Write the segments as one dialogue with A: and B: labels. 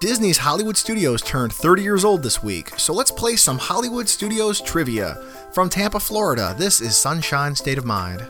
A: Disney's Hollywood Studios turned 30 years old this week, so let's play some Hollywood Studios trivia. From Tampa, Florida, this is Sunshine State of Mind.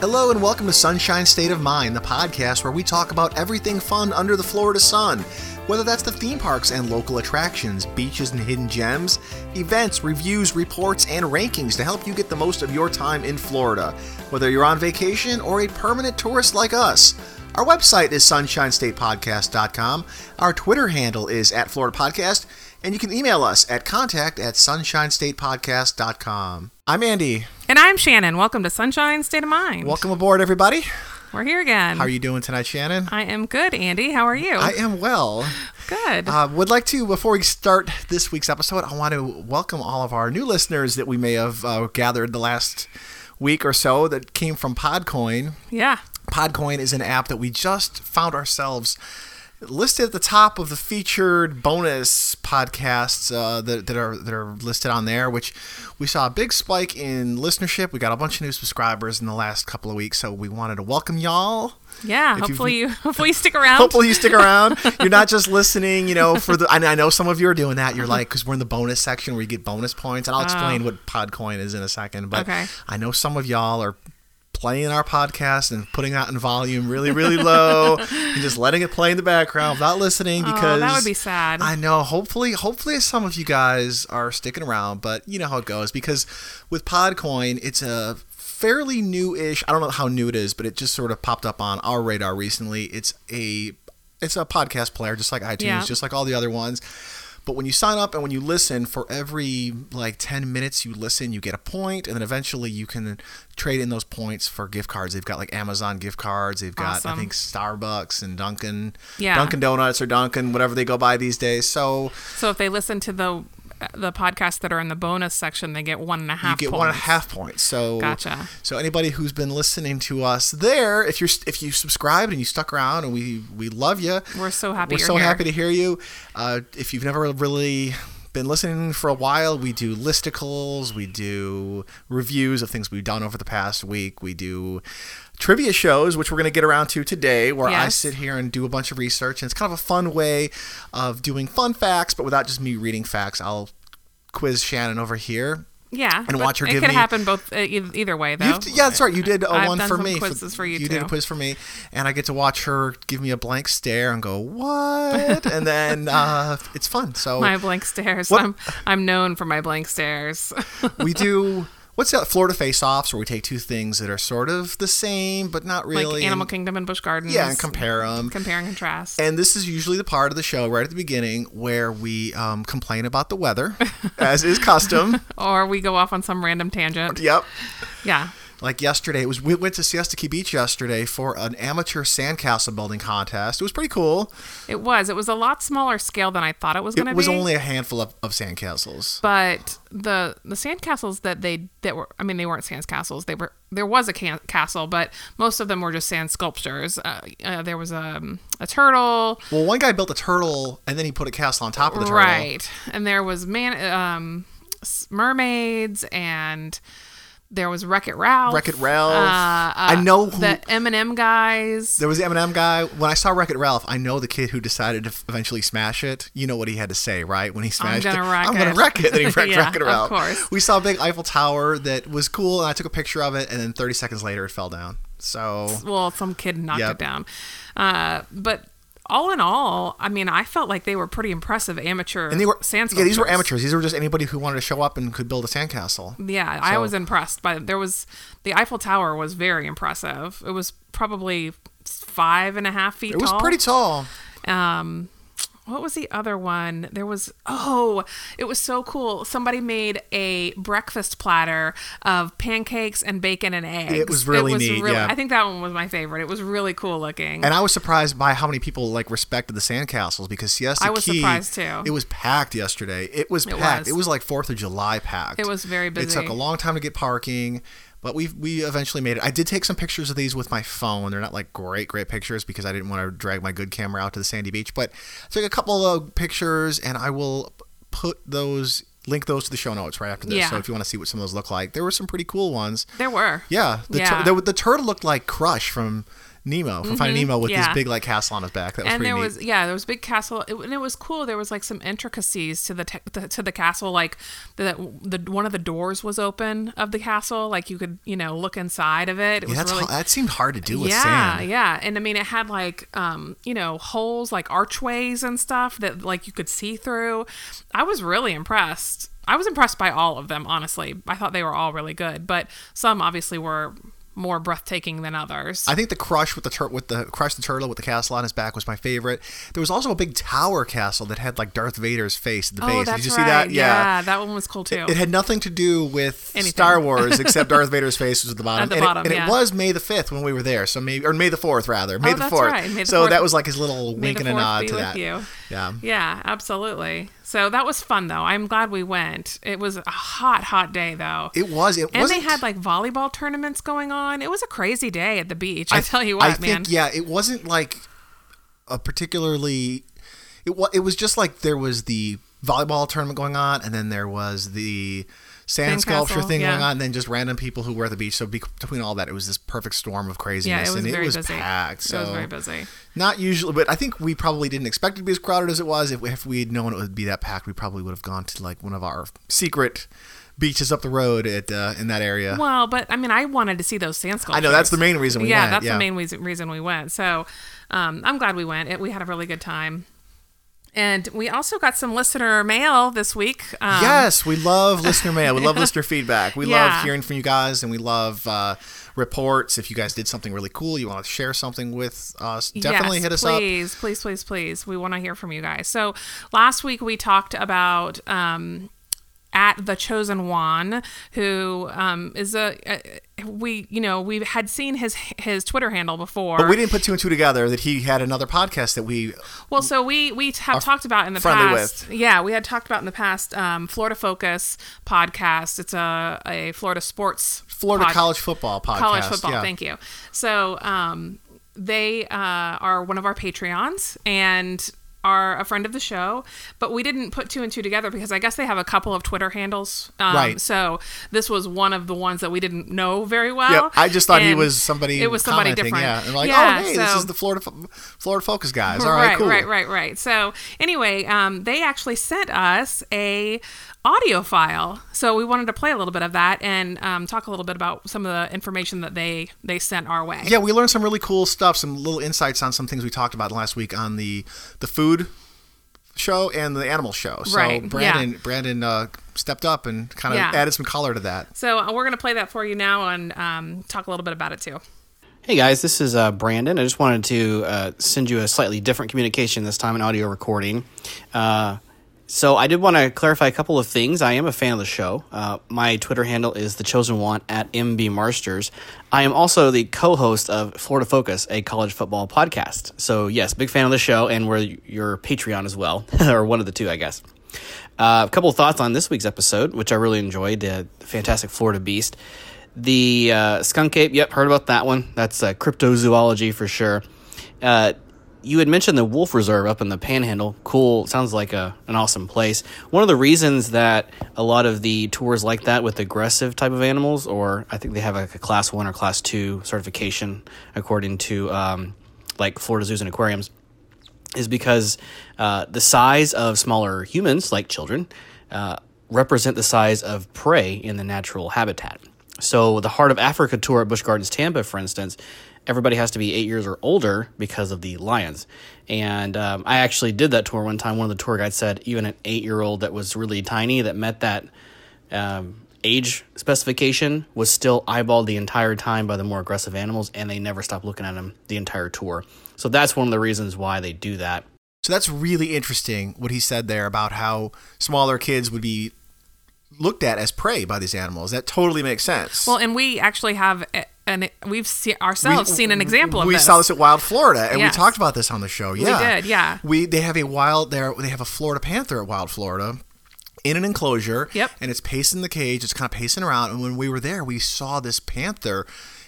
A: Hello and welcome to Sunshine State of Mind, the podcast where we talk about everything fun under the Florida sun. Whether that's the theme parks and local attractions, beaches and hidden gems, events, reviews, reports, and rankings to help you get the most of your time in Florida. Whether you're on vacation or a permanent tourist like us. Our website is sunshinestatepodcast.com. Our Twitter handle is at Florida Podcast, and you can email us at contact at sunshinestatepodcast.com. I'm Andy.
B: And I'm Shannon. Welcome to Sunshine State of Mind.
A: Welcome aboard, everybody.
B: We're here again.
A: How are you doing tonight, Shannon?
B: I am good, Andy. How are you?
A: I am well.
B: good.
A: Uh, would like to, before we start this week's episode, I want to welcome all of our new listeners that we may have uh, gathered the last week or so that came from Podcoin.
B: yeah.
A: Podcoin is an app that we just found ourselves listed at the top of the featured bonus podcasts uh, that, that are that are listed on there. Which we saw a big spike in listenership. We got a bunch of new subscribers in the last couple of weeks, so we wanted to welcome y'all.
B: Yeah.
A: If you've-
B: Hopefully you hopefully you stick around.
A: Hopefully you stick around. You're not just listening, you know, for the. I I know some of you are doing that. You're like, because we're in the bonus section where you get bonus points, and I'll explain what Podcoin is in a second. But
B: Okay.
A: I know some of y'all are playing our podcast and putting out in volume really, really low, and just letting it play in the background without listening because
B: Oh, that would be sad.
A: I know. Hopefully, hopefully some of you guys are sticking around, but you know how it goes because with Podcoin, it's a fairly new-ish. I don't know how new it is, but it just sort of popped up on our radar recently. It's a it's a podcast player, just like iTunes,
B: Yeah.
A: just like all the other ones. But when you sign up and when you listen, for every like 10 minutes you listen, you get a point, and then eventually you can trade in those points for gift cards. They've got like Amazon gift cards. They've got I
B: Awesome.
A: think Starbucks and Dunkin',
B: Yeah.
A: Dunkin' Donuts or Dunkin', whatever they go by these days. So
B: so if they listen to the the podcasts that are in the bonus section, they get one and a half.
A: you get
B: points.
A: one and a half points. So
B: Gotcha.
A: So anybody who's been listening to us there, if you're if you subscribed and you stuck around, and we we love you.
B: We're so happy
A: We're
B: you're
A: so
B: here.
A: happy to hear you. Uh, if you've never really been listening for a while, we do listicles, we do reviews of things we've done over the past week, we do trivia shows, which we're going to get around to today, where I
B: Yes.
A: sit here and do a bunch of research, and it's kind of a fun way of doing fun facts, but without just me reading facts. I'll quiz Shannon over here.
B: Yeah. but
A: watch her
B: It
A: give
B: could
A: me-
B: happen both uh, e- either way though.
A: You've, yeah, that's right. You did a
B: I've
A: one
B: done
A: for
B: some
A: me.
B: quizzes for you,
A: You did a
B: too.
A: quiz for me, and I get to watch her give me a blank stare and go, "What?" and then uh, it's fun. So
B: my blank stares.
A: What-
B: I'm I'm known for my blank stares.
A: we do what's that Florida face-offs, where we take two things that are sort of the same but not really,
B: like
A: and-
B: Animal Kingdom and Bush Gardens.
A: yeah, and compare them.
B: compare and contrast.
A: And this is usually the part of the show right at the beginning where we um, complain about the weather, as is custom.
B: or we go off on some random tangent.
A: yep.
B: Yeah.
A: Like yesterday, it was we went to Siesta Key Beach yesterday for an amateur sandcastle building contest. It was pretty cool.
B: It was. It was a lot smaller scale than I thought it was going to
A: It
B: be.
A: was only a handful of, of sandcastles.
B: But the the sandcastles that they that were I mean they weren't sandcastles. They were there was a can- castle, but most of them were just sand sculptures. Uh, uh, there was a a turtle,
A: Well, one guy built a turtle and then he put a castle on top of the turtle.
B: right? And there was man um s- mermaids and. There was Wreck It Ralph.
A: Wreck-It Ralph.
B: Uh,
A: I know who-
B: the Eminem guys.
A: There was the Eminem guy. When I saw Wreck It Ralph, I know the kid who decided to f- eventually smash it. You know what he had to say, right? When he smashed
B: gonna
A: it,
B: wreck
A: I'm gonna
B: it."
A: wreck it. Then he wrecked
B: Yeah,
A: Wreck It
B: of
A: Ralph.
B: course.
A: We saw a big Eiffel Tower that was cool, and I took a picture of it. And then 30 seconds later, it fell down. So
B: well, some kid knocked
A: Yep.
B: it down. Uh, but all in all, I mean, I felt like they were pretty impressive amateur
A: and they were
B: sand
A: yeah, these were
B: sculptures.
A: amateurs. These were just anybody who wanted to show up and could build a sandcastle.
B: Yeah, I
A: So-
B: was impressed by there was the Eiffel Tower was very impressive. It was probably five and a half feet.
A: It was
B: tall.
A: pretty tall.
B: Um, what was the other one? There was oh, it was so cool. Somebody made a breakfast platter of pancakes and bacon and eggs.
A: was really neat, yeah.
B: I think that one was my favorite. It was really cool looking.
A: And I was surprised by how many people like respected the sandcastles because Siesta
B: I was
A: Key,
B: surprised, too.
A: It was packed yesterday. It was packed.
B: was.
A: It was like Fourth of July packed.
B: It was very
A: It took
B: busy.
A: a long time to get parking, but we we eventually made it. I did take some pictures of these with my phone. They're not like great great pictures because I didn't want to drag my good camera out to the sandy beach. But I took a couple of pictures, and I will put those link those to the show notes right after this.
B: Yeah.
A: So if you want to see what some of those look like, there were some pretty cool ones.
B: There were.
A: Yeah, the
B: Yeah.
A: Tur- the, the turtle looked like Crush from Nemo from Finding Nemo with
B: Mm-hmm. yeah.
A: this big like castle on his back. That was
B: and
A: pretty
B: there
A: neat.
B: was yeah there was a big castle it, and it was cool there was like some intricacies to the, te- the to the castle like the, the one of the doors was open of the castle like you could you know look inside of it it
A: yeah,
B: was
A: that's
B: really
A: ho- that seemed hard to do with
B: yeah
A: sand.
B: yeah and i mean it had like um you know holes like archways and stuff that like you could see through i was really impressed i was impressed by all of them honestly i thought they were all really good but some obviously were more breathtaking than others
A: I think the crush with the tur- with the crush the turtle with the castle on his back was my favorite. There was also a big tower castle that had like Darth Vader's face at the
B: oh
A: base.
B: that's
A: Did you see
B: right
A: that?
B: yeah. that one was cool too
A: It had nothing to do with
B: Anything.
A: Star Wars except Darth Vader's face was at the bottom.
B: At the
A: and it-
B: bottom,
A: and it,
B: yeah.
A: was May the 5th when we were there. So maybe or May the 4th rather. May
B: Oh,
A: the
B: that's
A: 4th.
B: right. May the
A: so
B: 4th.
A: that was like his little
B: May
A: wink
B: the
A: and a
B: fourth
A: nod
B: be
A: to
B: with
A: that.
B: you.
A: Yeah.
B: Yeah, absolutely. So that was fun though. I'm glad we went. It was a hot, hot day though.
A: It was it
B: and
A: wasn't
B: they had like volleyball tournaments going on. It was a crazy day at the beach. I,
A: I
B: tell you what,
A: I
B: man.
A: Think, yeah, it wasn't like a particularly. It was. It was just like there was the volleyball tournament going on, and then there was the sand
B: Sandcastle,
A: sculpture thing
B: yeah.
A: going on, and then just random people who were at the beach. So be- between all that, it was this perfect storm of craziness,
B: yeah, it was
A: and
B: very
A: it was
B: busy.
A: packed. So
B: It was very busy.
A: not usually, but I think we probably didn't expect it to be as crowded as it was. If, if we had known it would be that packed, we probably would have gone to like one of our secret beaches up the road at uh, in that area.
B: Well, but I mean, I wanted to see those sand sculptures.
A: I know that's the main reason we
B: yeah,
A: went.
B: that's
A: yeah,
B: the main reason reason we went. So um, I'm glad we went. It, we had a really good time. And we also got some listener mail this week. Um,
A: yes, we love listener mail. We love listener feedback. We
B: Yeah.
A: love hearing from you guys, and we love uh, reports. If you guys did something really cool, you want to share something with us, definitely
B: Yes,
A: hit us up.
B: please, Please, please, please, We want to hear from you guys. So last week we talked about um, at the chosen one, who um, is a, a we you know we had seen his his Twitter handle before.
A: But we didn't put two and two together that he had another podcast that we.
B: Well, so we we t- have talked about in the
A: friendly
B: past. Yeah, we had talked about in the past um, Florida Focus podcast. It's a a Florida sports
A: Florida
B: pod-
A: college football podcast.
B: college football.
A: yeah.
B: Thank you. So um, they uh, are one of our Patreons and are a friend of the show, but we didn't put two and two together because I guess they have a couple of Twitter handles. Um,
A: Right.
B: So this was one of the ones that we didn't know very well.
A: Yep, I just thought he
B: and
A: was somebody.
B: It was somebody
A: commenting,
B: different.
A: Yeah, and we're like,
B: Yeah,
A: oh, hey, this
B: so-
A: is the Florida, Fo- Florida Focus guys. All right,
B: right,
A: cool.
B: right, right, right. So anyway, um, they actually sent us a audio file, so we wanted to play a little bit of that and um, talk a little bit about some of the information that they they sent our way.
A: Yeah, we learned some really cool stuff, some little insights on some things we talked about last week on the the food show and the animal show. So
B: Right, yeah.
A: Brandon Brandon uh, stepped up and kind of
B: Yeah.
A: added some color to that.
B: So uh, we're going to play that for you now and um, talk a little bit about it too.
C: Hey guys, this is uh, Brandon. I just wanted to uh, send you a slightly different communication this time, an audio recording. Uh, so I did want to clarify a couple of things. I am a fan of the show. Uh, my Twitter handle is the chosen one at MB Marsters. I am also the co-host of Florida Focus, a college football podcast. So yes, big fan of the show, and we're your Patreon as well, or one of the two, I guess. Uh, a couple of thoughts on this week's episode, which I really enjoyed. Uh, the Fantastic Florida Beast. The uh, skunk ape, yep, heard about that one. That's uh, cryptozoology for sure. Uh, you had mentioned the wolf reserve up in the panhandle. Cool, sounds like a, an awesome place. One of the reasons that a lot of the tours like that with aggressive type of animals, or I think they have like a class one or class two certification according to um, like Florida zoos and aquariums is because uh, the size of smaller humans, like children, uh, represent the size of prey in the natural habitat. So, the Heart of Africa tour at Busch Gardens Tampa, for instance, everybody has to be eight years or older because of the lions. And um, I actually did that tour one time. One of the tour guides said even an eight year old that was really tiny that met that um, age specification was still eyeballed the entire time by the more aggressive animals, and they never stopped looking at them the entire tour. So that's one of the reasons why they do that.
A: So that's really interesting what he said there about how smaller kids would be looked at as prey by these animals. That totally makes sense.
B: Well, and we actually have a- an we've se- ourselves seen an example of
A: we
B: this.
A: saw this at Wild Florida, and
B: Yes.
A: we talked about this on the show. Yeah,
B: did, yeah.
A: We they have a wild there. They have a Florida panther at Wild Florida. In an enclosure,
B: Yep.
A: and it's pacing the cage. It's kind of pacing around. And when we were there, we saw this panther,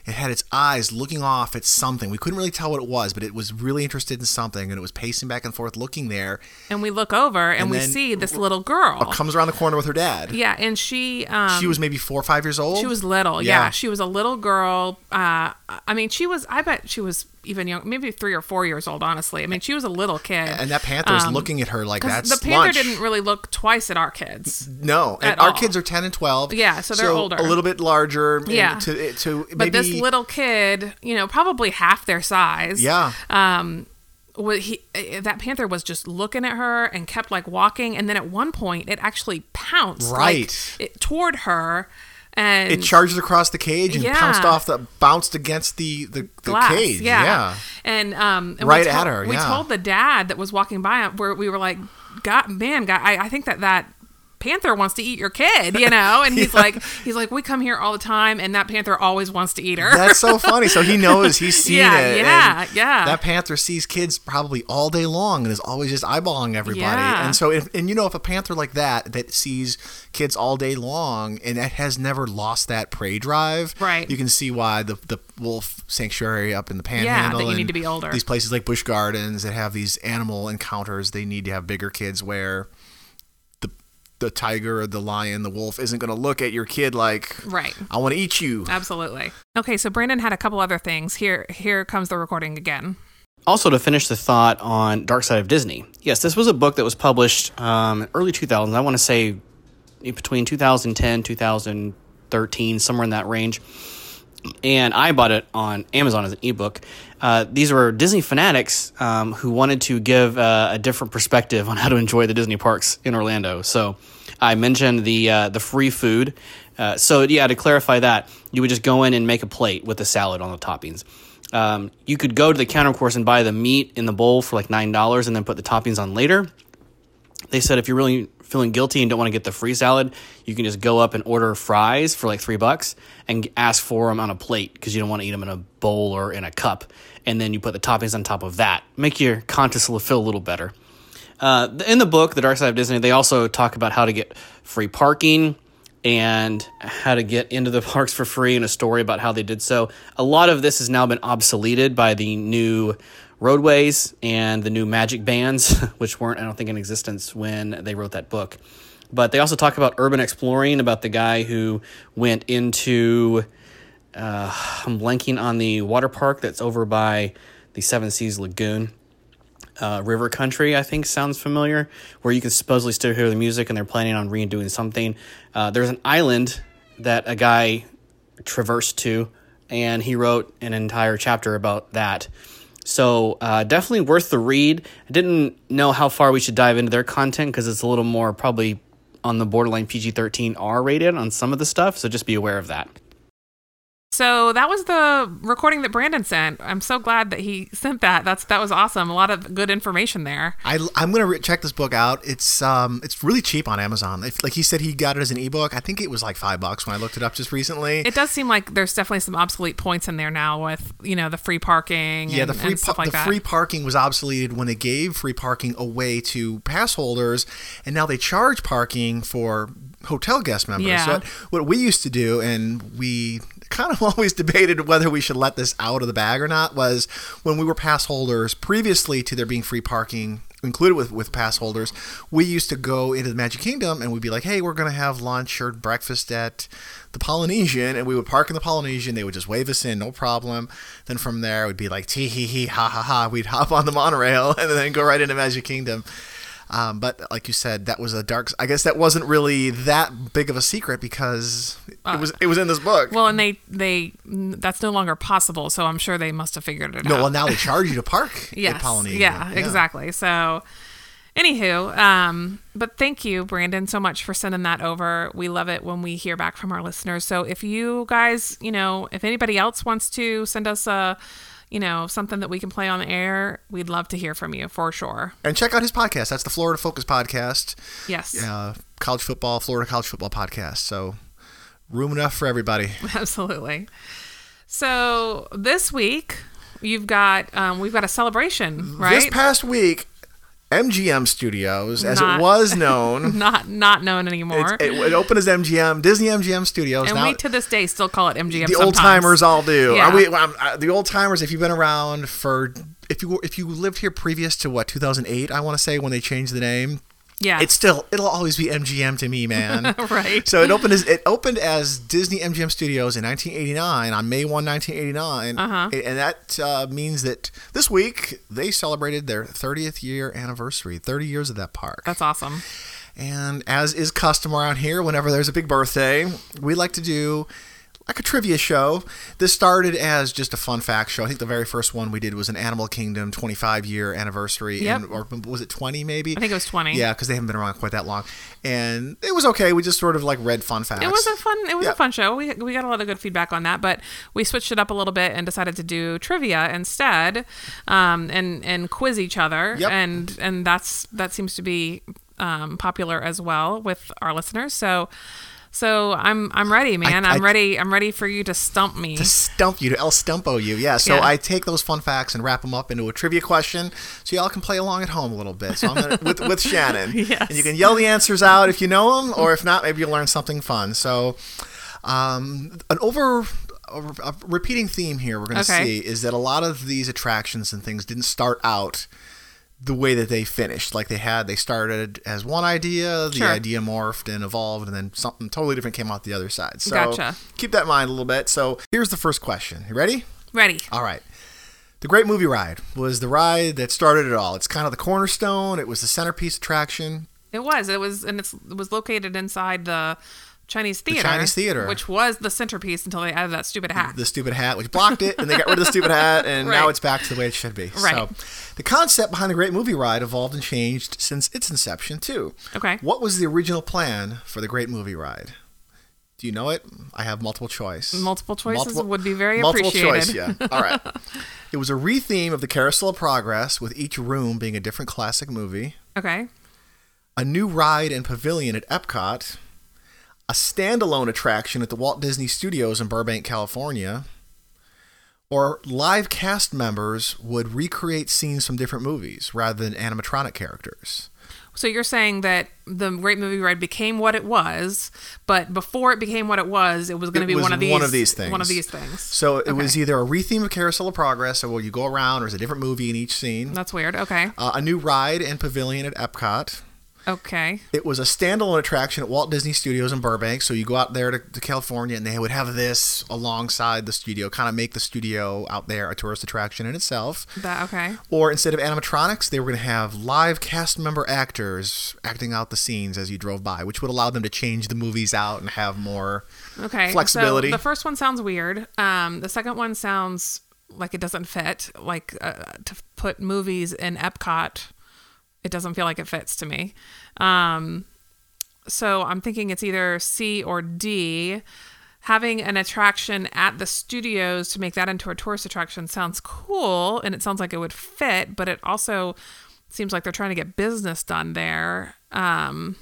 A: It had its eyes looking off at something. We couldn't really tell what it was, but it was really interested in something, and it was pacing back and forth, looking there.
B: And we look over and,
A: And
B: we
A: then-
B: see this little girl.
A: Comes around the corner with her dad.
B: Oh. Yeah, and she um,
A: She was maybe four or five years old.
B: She was little.
A: Oh.
B: Yeah.
A: Yeah.
B: She was a little girl. Uh, I mean, she was, I bet she was even young, maybe three or four years old, honestly. I mean, she was a little kid.
A: and that panther was looking at her like that's
B: Because um, the panther
A: lunch.
B: didn't really look twice at our kids.
A: No, and
B: at
A: our
B: all.
A: kids are ten and twelve.
B: Yeah, so they're older.
A: a little bit larger. and
B: Yeah.
A: to, eh, to maybe
B: But this little kid, you know, probably half their size.
A: yeah.
B: wa- he eh, that panther was just looking at her and kept like walking and then at one point it actually pounced like,
A: Right.
B: it toward her and
A: it charged across the cage and
B: um, Yeah.
A: pounced off the bounced against the the, the
B: glass.
A: cage.
B: Yeah. And um and we
A: Right
B: tol-
A: at her,
B: We
A: yeah.
B: told the dad that was walking by him where we were like, God man, God, I, I think that that panther wants to eat your kid, you know? And he's like he's like, We come here all the time and that panther always wants to eat her.
A: That's so funny. So he knows he's seen
B: Yeah,
A: it.
B: yeah,
A: and
B: yeah.
A: That panther sees kids probably all day long and is always just eyeballing everybody.
B: Yeah.
A: And so, if, and you know, if a panther like that that sees kids all day long and that has never lost that prey drive,
B: Right.
A: You can see why the the wolf sanctuary up in the panhandle.
B: that you
A: and
B: need to be older.
A: These places like Bush Gardens that have these animal encounters, they need to have bigger kids where. the The tiger, or the lion, the wolf isn't going to look at your kid like,
B: Right.
A: I want to eat you.
B: Absolutely. Okay, so Brandon had a couple other things. Here here comes the recording again.
C: Also, to finish the thought on Dark Side of Disney. Yes, this was a book that was published um, early 2000s. I want to say between 2010, 2013, somewhere in that range. And I bought it on Amazon as an ebook. Uh, these were Disney fanatics um, who wanted to give uh, a different perspective on how to enjoy the Disney parks in Orlando. So I mentioned the uh, the free food. Uh, so yeah, to clarify that, you would just go in and make a plate with the salad on the toppings. Um, you could go to the counter, of course, and buy the meat in the bowl for like nine dollars, and then put the toppings on later they said if you're really feeling guilty and don't want to get the free salad, you can just go up and order fries for like three bucks and g- ask for them on a plate because you don't want to eat them in a bowl or in a cup. And then you put the toppings on top of that. Make your contest feel a little better. Uh, th- in the book, The Dark Side of Disney, they also talk about how to get free parking and how to get into the parks for free and a story about how they did so. A lot of this has now been obsoleted by the new roadways and the new magic bands, which weren't, I don't think, in existence when they wrote that book. But they also talk about urban exploring, about the guy who went into. Uh, I'm blanking on the water park that's over by the Seven Seas Lagoon uh, River Country, I think sounds familiar, where you can supposedly still hear the music and they're planning on redoing something. Uh, there's an island that a guy traversed to, and he wrote an entire chapter about that. So uh, definitely worth the read. I didn't know how far we should dive into their content because it's a little more probably on the borderline PG 13 R rated on some of the stuff, so just be aware of that.
B: So that was the recording that Brandon sent. I'm so glad that he sent that. That's that was awesome. A lot of good information there.
A: I, I'm gonna re- check this book out. It's um it's really cheap on Amazon. If, like he said, he got it as an ebook. I think it was like five bucks when I looked it up just recently.
B: It does seem like there's definitely some obsolete points in there now with you know the free parking.
A: yeah,
B: and,
A: the free
B: and stuff
A: par-
B: like
A: the
B: that.
A: free parking was obsoleted when they gave free parking away to pass holders, and now they charge parking for hotel guest members.
B: Yeah.
A: So what, what we used to do, and we kind of always debated whether we should let this out of the bag or not, was when we were pass holders previously to there being free parking included with, with pass holders, we used to go into the Magic Kingdom and we'd be like, hey, we're going to have lunch or breakfast at the Polynesian. And we would park in the Polynesian. They would just wave us in, no problem. Then from there, it would be like, tee hee hee, ha ha ha. We'd hop on the monorail and then go right into Magic Kingdom. Um, but like you said, that was a dark. I guess that wasn't really that big of a secret because it was it was in this book.
B: Well, and they they that's no longer possible. So I'm sure they must have figured it
A: no,
B: out.
A: well now they charge you to park at
B: yes,
A: Polynesian.
B: yeah, exactly. So. Anywho, um, but thank you, Brandon, so much for sending that over. We love it when we hear back from our listeners. So if you guys, you know, if anybody else wants to send us a, you know, something that we can play on the air, we'd love to hear from you for sure.
A: And check out his podcast. That's the Florida Focus podcast.
B: Yes.
A: uh, college football, Florida college football podcast. So room enough for everybody.
B: Absolutely. So this week you've got um, we've got a celebration, right?
A: This past week, MGM Studios, as
B: Not-
A: it was known.
B: Not not known anymore.
A: it, it opened as MGM, Disney MGM Studios.
B: and
A: now
B: we to this day still call it MGM.
A: the old
B: sometimes.
A: timers all do.
B: Yeah.
A: Are we, well, I'm- I- um, uh, the old timers, if you've been around for, if you were- if you lived here previous to what 2008, I want to say when they changed the name,
B: Yeah,
A: it's still it'll always be MGM to me, man.
B: right.
A: So it opened as it opened as Disney MGM Studios in 1989 on May 1, 1989,
B: Uh-huh.
A: and that uh, means that this week they celebrated their 30th year anniversary, 30 years of that park.
B: That's awesome.
A: And as is custom around here, whenever there's a big birthday, we like to do like a trivia show. This started as just a fun fact show. I think the very first one we did was an Animal Kingdom 25 year anniversary,
B: Yep.
A: and, or was it 20 maybe?
B: I think it was 20.
A: Yeah, because they haven't been around quite that long, and it was okay. We just sort of like read fun facts.
B: It was a fun. It was
A: Yeah.
B: a fun show. We we got a lot of good feedback on that, but we switched it up a little bit and decided to do trivia instead, um, and and quiz each other,
A: Yep.
B: and and that's that seems to be um, popular as well with our listeners. So. So I'm I'm ready, man. I,
A: I-
B: am ready. I'm ready for you to stump me.
A: stump you to El Stumpo you. Yeah. So
B: Yeah.
A: I take those fun facts and wrap them up into a trivia question, so y'all can play along at home a little bit. So I'm gonna, with with Shannon,
B: Yes.
A: and you can yell the answers out if you know them, or if not, maybe you'll learn something fun. So, um, an over. A, a repeating theme here we're going to
B: Okay.
A: see is that a lot of these attractions and things didn't start out the way that they finished. Like they had, they started as one idea, the
B: Sure.
A: idea morphed and evolved, and then something totally different came out the other side. So
B: Gotcha.
A: keep that in mind a little bit. So here's the first question. You ready?
B: ready.
A: All right. The Great Movie Ride was the ride that started it all. It's kind of the cornerstone. It was the centerpiece attraction.
B: It was. It was, and it's, it was located inside the Chinese theater.
A: Chinese theater.
B: which was the centerpiece until they added that stupid hat.
A: The stupid hat, which blocked it, and they got rid of the stupid hat, and now
B: Right.
A: it's back to the way it should be.
B: Right.
A: So, the concept behind the Great Movie Ride evolved and changed since its inception too.
B: Okay.
A: What was the original plan for the Great Movie Ride? Do you know it? I have multiple choice.
B: Multiple choices would be very
A: multiple
B: appreciated.
A: choice, yeah. All right. it was a retheme of the Carousel of Progress, with each room being a different classic movie,
B: Okay.
A: a new ride and pavilion at Epcot, a standalone attraction at the Walt Disney Studios in Burbank, California, or live cast members would recreate scenes from different movies rather than animatronic characters.
B: So you're saying that the Great Movie Ride became what it was, but before it became what it was, it was going
A: It
B: to be
A: was
B: one of these
A: one of these things.
B: One of these things.
A: So it was either a retheme of Carousel of Progress, or where you go around, or there's a different movie in each scene.
B: That's weird. Okay.
A: Uh, a new ride and pavilion at Epcot.
B: Okay.
A: It was a standalone attraction at Walt Disney Studios in Burbank. So you go out there to, to California, and they would have this alongside the studio, kind of make the studio out there a tourist attraction in itself.
B: That okay.
A: Or instead of animatronics, they were going to have live cast member actors acting out the scenes as you drove by, which would allow them to change the movies out and have more.
B: Okay.
A: Flexibility.
B: So the first one sounds weird. Um, the second one sounds like it doesn't fit. Like uh, to put movies in Epcot, it doesn't feel like it fits to me. Um, so I'm thinking it's either C or D. Having an attraction at the studios to make that into a tourist attraction sounds cool, and it sounds like it would fit, but it also seems like they're trying to get business done there. Um,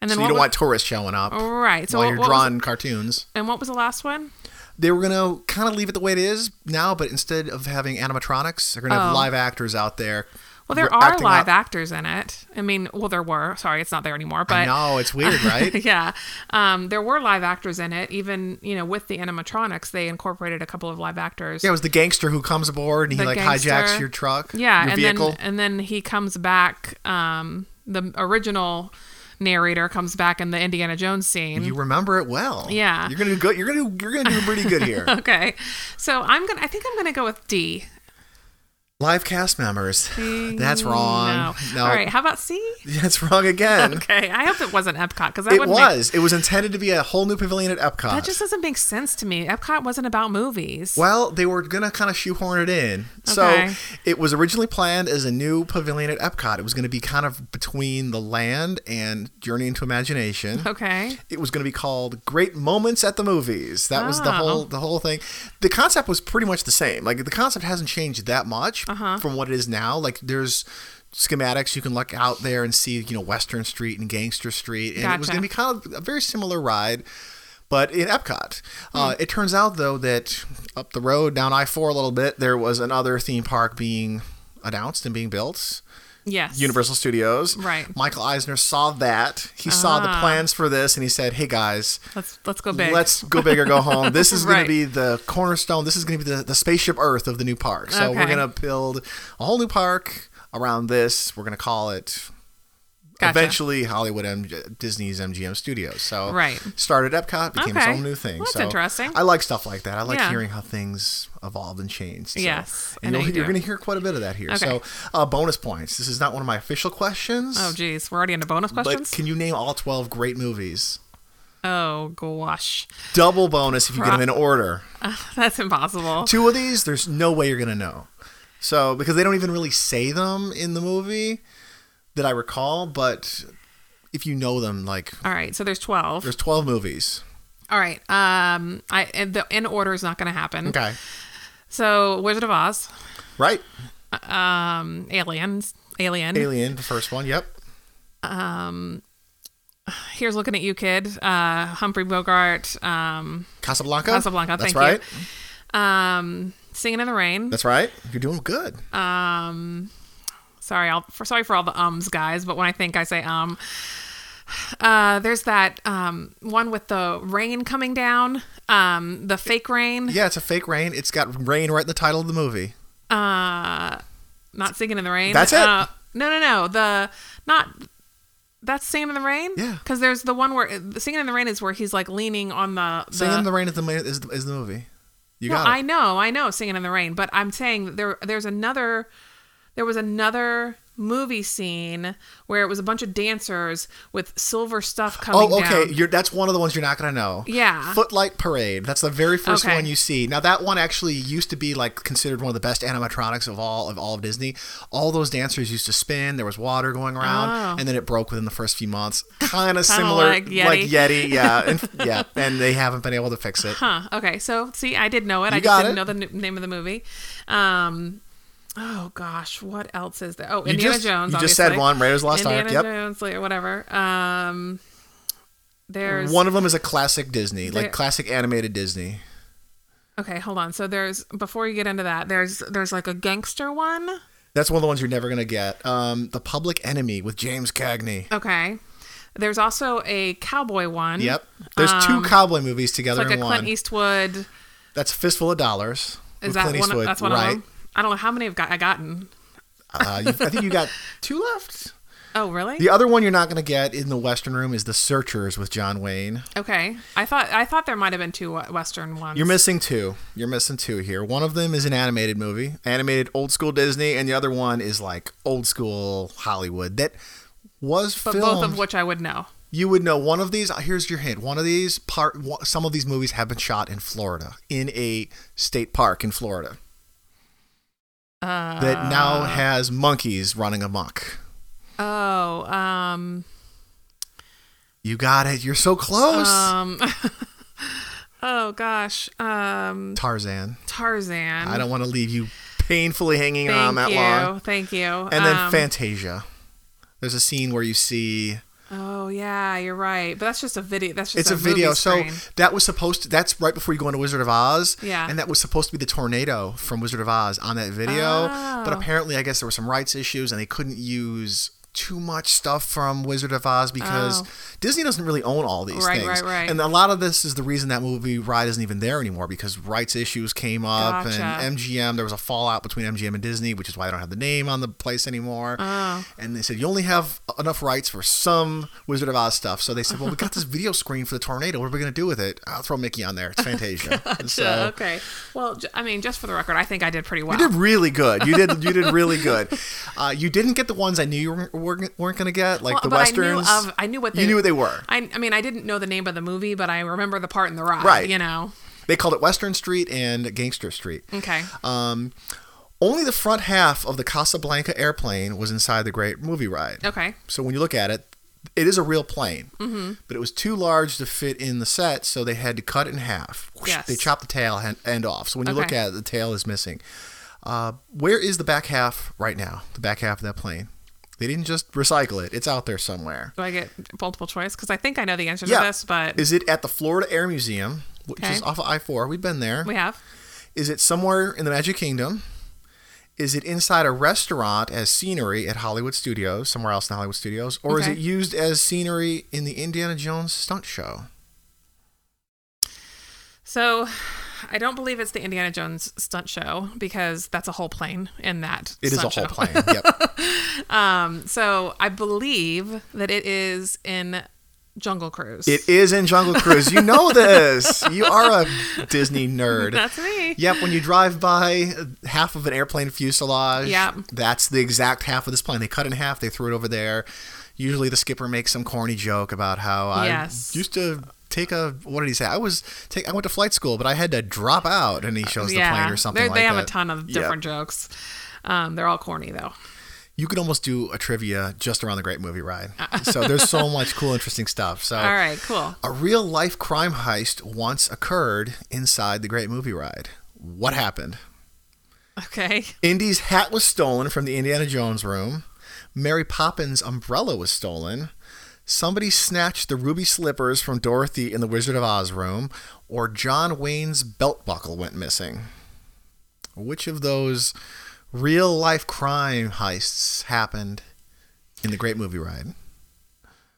B: and then
A: So
B: what
A: you don't
B: was-
A: want tourists showing up
B: right. So
A: while
B: what-
A: you're
B: what was-
A: drawing cartoons.
B: and what was the last one?
A: they were gonna kind of leave it the way it is now, but instead of having animatronics, they're gonna have
B: Oh.
A: live actors out there.
B: Well, there
A: re-
B: are
A: acting
B: live
A: out-
B: actors in it. I mean, well, there were. Sorry, it's not there anymore.
A: I
B: But
A: know it's weird, right?
B: yeah, um, there were live actors in it. Even you know, with the animatronics, they incorporated a couple of live actors.
A: yeah, it was the gangster who comes aboard and he
B: The
A: like hijacks
B: gangster.
A: your truck,
B: Yeah,
A: your
B: and
A: vehicle.
B: then and then he comes back. Um, the original narrator comes back in the Indiana Jones scene.
A: you remember it well.
B: Yeah.
A: you're gonna do good. You're gonna do, you're gonna do pretty good here.
B: okay, so I'm gonna. I think I'm gonna go with D.
A: live cast members. That's
B: No.
A: wrong. No,
B: All right. How about C?
A: that's wrong again.
B: Okay. I hope it wasn't Epcot because that
A: It
B: wouldn't make-
A: was. It was intended to be a whole new pavilion at Epcot.
B: that just doesn't make sense to me. Epcot wasn't about movies.
A: Well, they were going to kind of shoehorn it in.
B: Okay.
A: So it was originally planned as a new pavilion at Epcot. It was going to be kind of between the land and Journey into Imagination.
B: Okay.
A: It was going to be called Great Moments at the Movies. That was the
B: Oh.
A: whole the whole thing. The concept was pretty much the same. Like the concept hasn't changed that much from what it is now. Like there's schematics you can look out there and see, you know, Western Street and Gangster Street, and it was
B: Gotcha.
A: going to be kind of a very similar ride. But in Epcot, uh, it turns out though that up the road down I four a little bit, there was another theme park being announced and being built.
B: Yes.
A: Universal Studios.
B: Right. Uh-huh.
A: Michael Eisner saw that. He saw the plans for this and he said, hey guys,
B: Let's let's go big.
A: let's go big or go home. This is going
B: Right.
A: to be the cornerstone. This is going to be the, the spaceship Earth of the new park. So we're
B: Okay.
A: going to build a whole new park around this. We're going to call it
B: Gotcha.
A: eventually Hollywood M- Disney's MGM Studios. So
B: Right.
A: started Epcot, became its
B: Okay.
A: own new thing.
B: Well, that's
A: so
B: interesting.
A: I like stuff like that. I like
B: Yeah.
A: hearing how things evolved and changed. So-
B: Yes, I
A: and
B: know
A: you'll,
B: you
A: you are
B: do.
A: going to hear quite a bit of that here.
B: Okay.
A: So uh, bonus points. This is not one of my official questions.
B: oh geez, we're already into bonus
A: but
B: questions.
A: can you name all 12 great movies?
B: oh gosh,
A: Double bonus if you get them in order.
B: that's impossible.
A: two of these, there's no way you're gonna know. So because they don't even really say them in the movie that I recall, but if you know them, like
B: All right, so there's twelve.
A: there's 12 movies.
B: All right, um, I and the in order is not going to happen.
A: Okay,
B: So Wizard of Oz,
A: right?
B: um, Aliens, Alien.
A: Alien, the first one. Yep.
B: Here's looking at you, kid. Uh, Humphrey Bogart. Um,
A: Casablanca.
B: Casablanca,
A: That's
B: thank you.
A: right.
B: um, Singing in the Rain.
A: That's right. You're doing good.
B: Uh. sorry, I'll for sorry for all the ums, guys. But when I think, I say um. Uh, there's that um one with the rain coming down. Um, the fake rain.
A: yeah, it's a fake rain. It's got rain right in the title of the movie.
B: Not singing in the rain.
A: That's it.
B: Uh, no, no, no. The not. That's singing in the rain.
A: Yeah.
B: Because there's the one where singing in the rain is where he's like leaning on the. the
A: Singing in the rain is the ma- is the, is the movie. You
B: Well,
A: got it.
B: I know, I know, singing in the rain. But I'm saying that there, there's another, there was another movie scene where it was a bunch of dancers with silver stuff coming.
A: Oh, okay.
B: down.
A: You're, that's one of the ones you're not gonna know.
B: Yeah.
A: Footlight Parade. That's the very first
B: Okay.
A: one you see. Now that one actually used to be like considered one of the best animatronics of all of all of Disney. All those dancers used to spin. There was water going around,
B: Oh.
A: and then it broke within the first few months. Kind of similar,
B: like Yeti.
A: Yeti, yeah, and, yeah. And they haven't been able to fix it.
B: Huh. Okay. So see, I did know it. I
A: got
B: just didn't
A: it.
B: know the n- name of the movie. Um. Oh gosh, what else is there? Oh,
A: You
B: Indiana
A: just-
B: Jones.
A: you just said
B: obviously.
A: one, Raiders of the Lost Ark,
B: Indiana
A: yep.
B: Jones, like, whatever. Um. There's
A: One of them is a classic Disney, like
B: There-
A: classic animated Disney.
B: Okay, hold on. So there's before you get into that, there's there's like a gangster one.
A: That's one of the ones you're never gonna get. Um, the Public Enemy with James Cagney.
B: Okay. There's also a cowboy one.
A: Yep. There's two cowboy movies together
B: Hmm. Um, Like a
A: in one.
B: Clint Eastwood.
A: That's Fistful of Dollars.
B: Is
A: with
B: that
A: Clint
B: one? Of,
A: Eastwood,
B: that's one
A: right.
B: of them. I don't know how many I've got. I gotten.
A: Uh, you, I think you got two left.
B: Oh, really?
A: The other one you're not going to get in the Western Room is The Searchers with John Wayne.
B: Okay. I thought I thought there might have been two we- Western ones.
A: You're missing two. You're missing two here. One of them is an animated movie, animated old school Disney, and the other one is like old school Hollywood that was
B: but
A: filmed.
B: both of which I would know.
A: you would know one of these. Here's your hint. One of these part. one- Some of these movies have been shot in Florida, in a state park in Florida
B: Uh,
A: that now has monkeys running amok.
B: oh, um,
A: You got it. You're so close.
B: um, oh gosh, um,
A: Tarzan.
B: Tarzan.
A: I don't want to leave you painfully hanging
B: Thank
A: on that
B: you.
A: long.
B: Thank you.
A: And then
B: Um,
A: Fantasia. There's a scene where you see
B: oh yeah, you're right. But that's just a video. That's just
A: it's a,
B: a,
A: video.
B: Movie
A: So
B: screen.
A: that was supposed to that's right before you go into Wizard of Oz.
B: Yeah.
A: And that was supposed to be the tornado from Wizard of Oz on that video. But
B: Oh.
A: apparently I guess there were some rights issues and they couldn't use too much stuff from Wizard of Oz because
B: Oh.
A: Disney doesn't really own all these
B: Right,
A: things.
B: right, right.
A: And a lot of this is the reason that movie Ride isn't even there anymore because rights issues came up
B: Gotcha.
A: and MGM there was a fallout between MGM and Disney, which is why I don't have the name on the place anymore.
B: Ah.
A: And they said you only have enough rights for some Wizard of Oz stuff. So they said, well, we got this video screen for the tornado. What are we going to do with it? I'll throw Mickey on there. It's Fantasia.
B: Uh,
A: So
B: okay. Well, j- I mean, just for the record, I think I did pretty well.
A: you did really good. You did. You did really good. Uh, you didn't get the ones I knew you weren't, weren't going to get, like
B: Well,
A: the
B: but
A: westerns.
B: I knew of. I knew what they.
A: you knew what they were.
B: I, I mean, I didn't know the name of the movie, but I remember the part in the ride.
A: Right.
B: You know.
A: They called it Western Street and Gangster Street.
B: Okay.
A: Um, only the front half of the Casablanca airplane was inside the Great Movie Ride.
B: okay.
A: So when you look at it, it is a real plane, mm-hmm. but it was too large to fit in the set, so they had to cut it in half. Whoosh,
B: Yes.
A: They chopped the tail hen- end off. So when you look
B: Okay.
A: at it, the tail is missing. Uh, where is the back half right now? The back half of that plane. They didn't just recycle it. It's out there somewhere.
B: Do I get multiple choice? Because I think I know the answer to this, but
A: Is it at the Florida Air Museum, which
B: Okay.
A: is off of I four? We've been there.
B: we have.
A: Is it somewhere in the Magic Kingdom? Is it inside a restaurant as scenery at Hollywood Studios, somewhere else in Hollywood Studios, or is
B: Okay.
A: it used as scenery in the Indiana Jones stunt show?
B: So I don't believe it's the Indiana Jones stunt show because that's a whole plane in that.
A: It is
B: stunt
A: a whole
B: show.
A: plane. Yep.
B: Um, so I believe that it is in Jungle Cruise.
A: It is in Jungle Cruise. You know this. You are a Disney nerd.
B: That's me.
A: Yep, when you drive by half of an airplane fuselage,
B: Yep.
A: that's the exact half of this plane. They cut in half, they threw it over there. Usually the skipper makes some corny joke about how I
B: Yes.
A: used to take a what did he say? I was take I went to flight school, but I had to drop out and he shows the plane or something
B: They're-
A: like
B: they have
A: that.
B: a ton of
A: Yep.
B: different jokes. Um, they're all corny though.
A: You could almost do a trivia just around the Great Movie Ride. so there's so much cool interesting stuff. So
B: Uh. All right, cool.
A: a real life crime heist once occurred inside the Great Movie Ride. What happened?
B: Okay.
A: Indy's hat was stolen from the Indiana Jones room. Mary Poppins' umbrella was stolen. Somebody snatched the ruby slippers from Dorothy in the Wizard of Oz room, or John Wayne's belt buckle went missing. Which of those real life crime heists happened in the Great Movie Ride?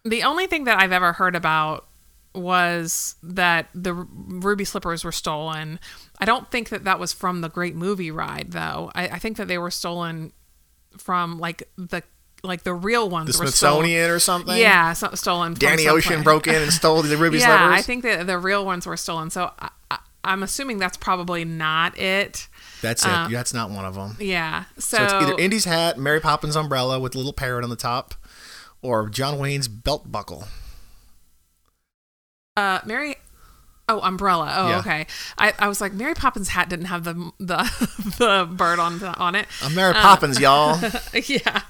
B: The only thing that I've ever heard about was that the r- ruby slippers were stolen. I don't think that that was from the Great Movie Ride, though. I, I think that they were stolen from like the like the real ones.
A: The
B: were
A: Smithsonian or something?
B: Stolen. Yeah, so, stolen. from
A: Danny Ocean
B: someplace.
A: broke in and stole the ruby
B: yeah,
A: slippers.
B: I think that the real ones were stolen. So I, I, I'm assuming that's probably not it.
A: That's
B: uh,
A: it. That's not one of them.
B: Yeah. So,
A: So it's either Indy's hat, Mary Poppins' umbrella with a little parrot on the top, or John Wayne's belt buckle.
B: uh, Mary. Oh, umbrella. Oh,
A: Yeah.
B: okay. I, I was like, Mary Poppins' hat didn't have the the the bird on the, on it.
A: I'm Mary Poppins, y'all.
B: yeah.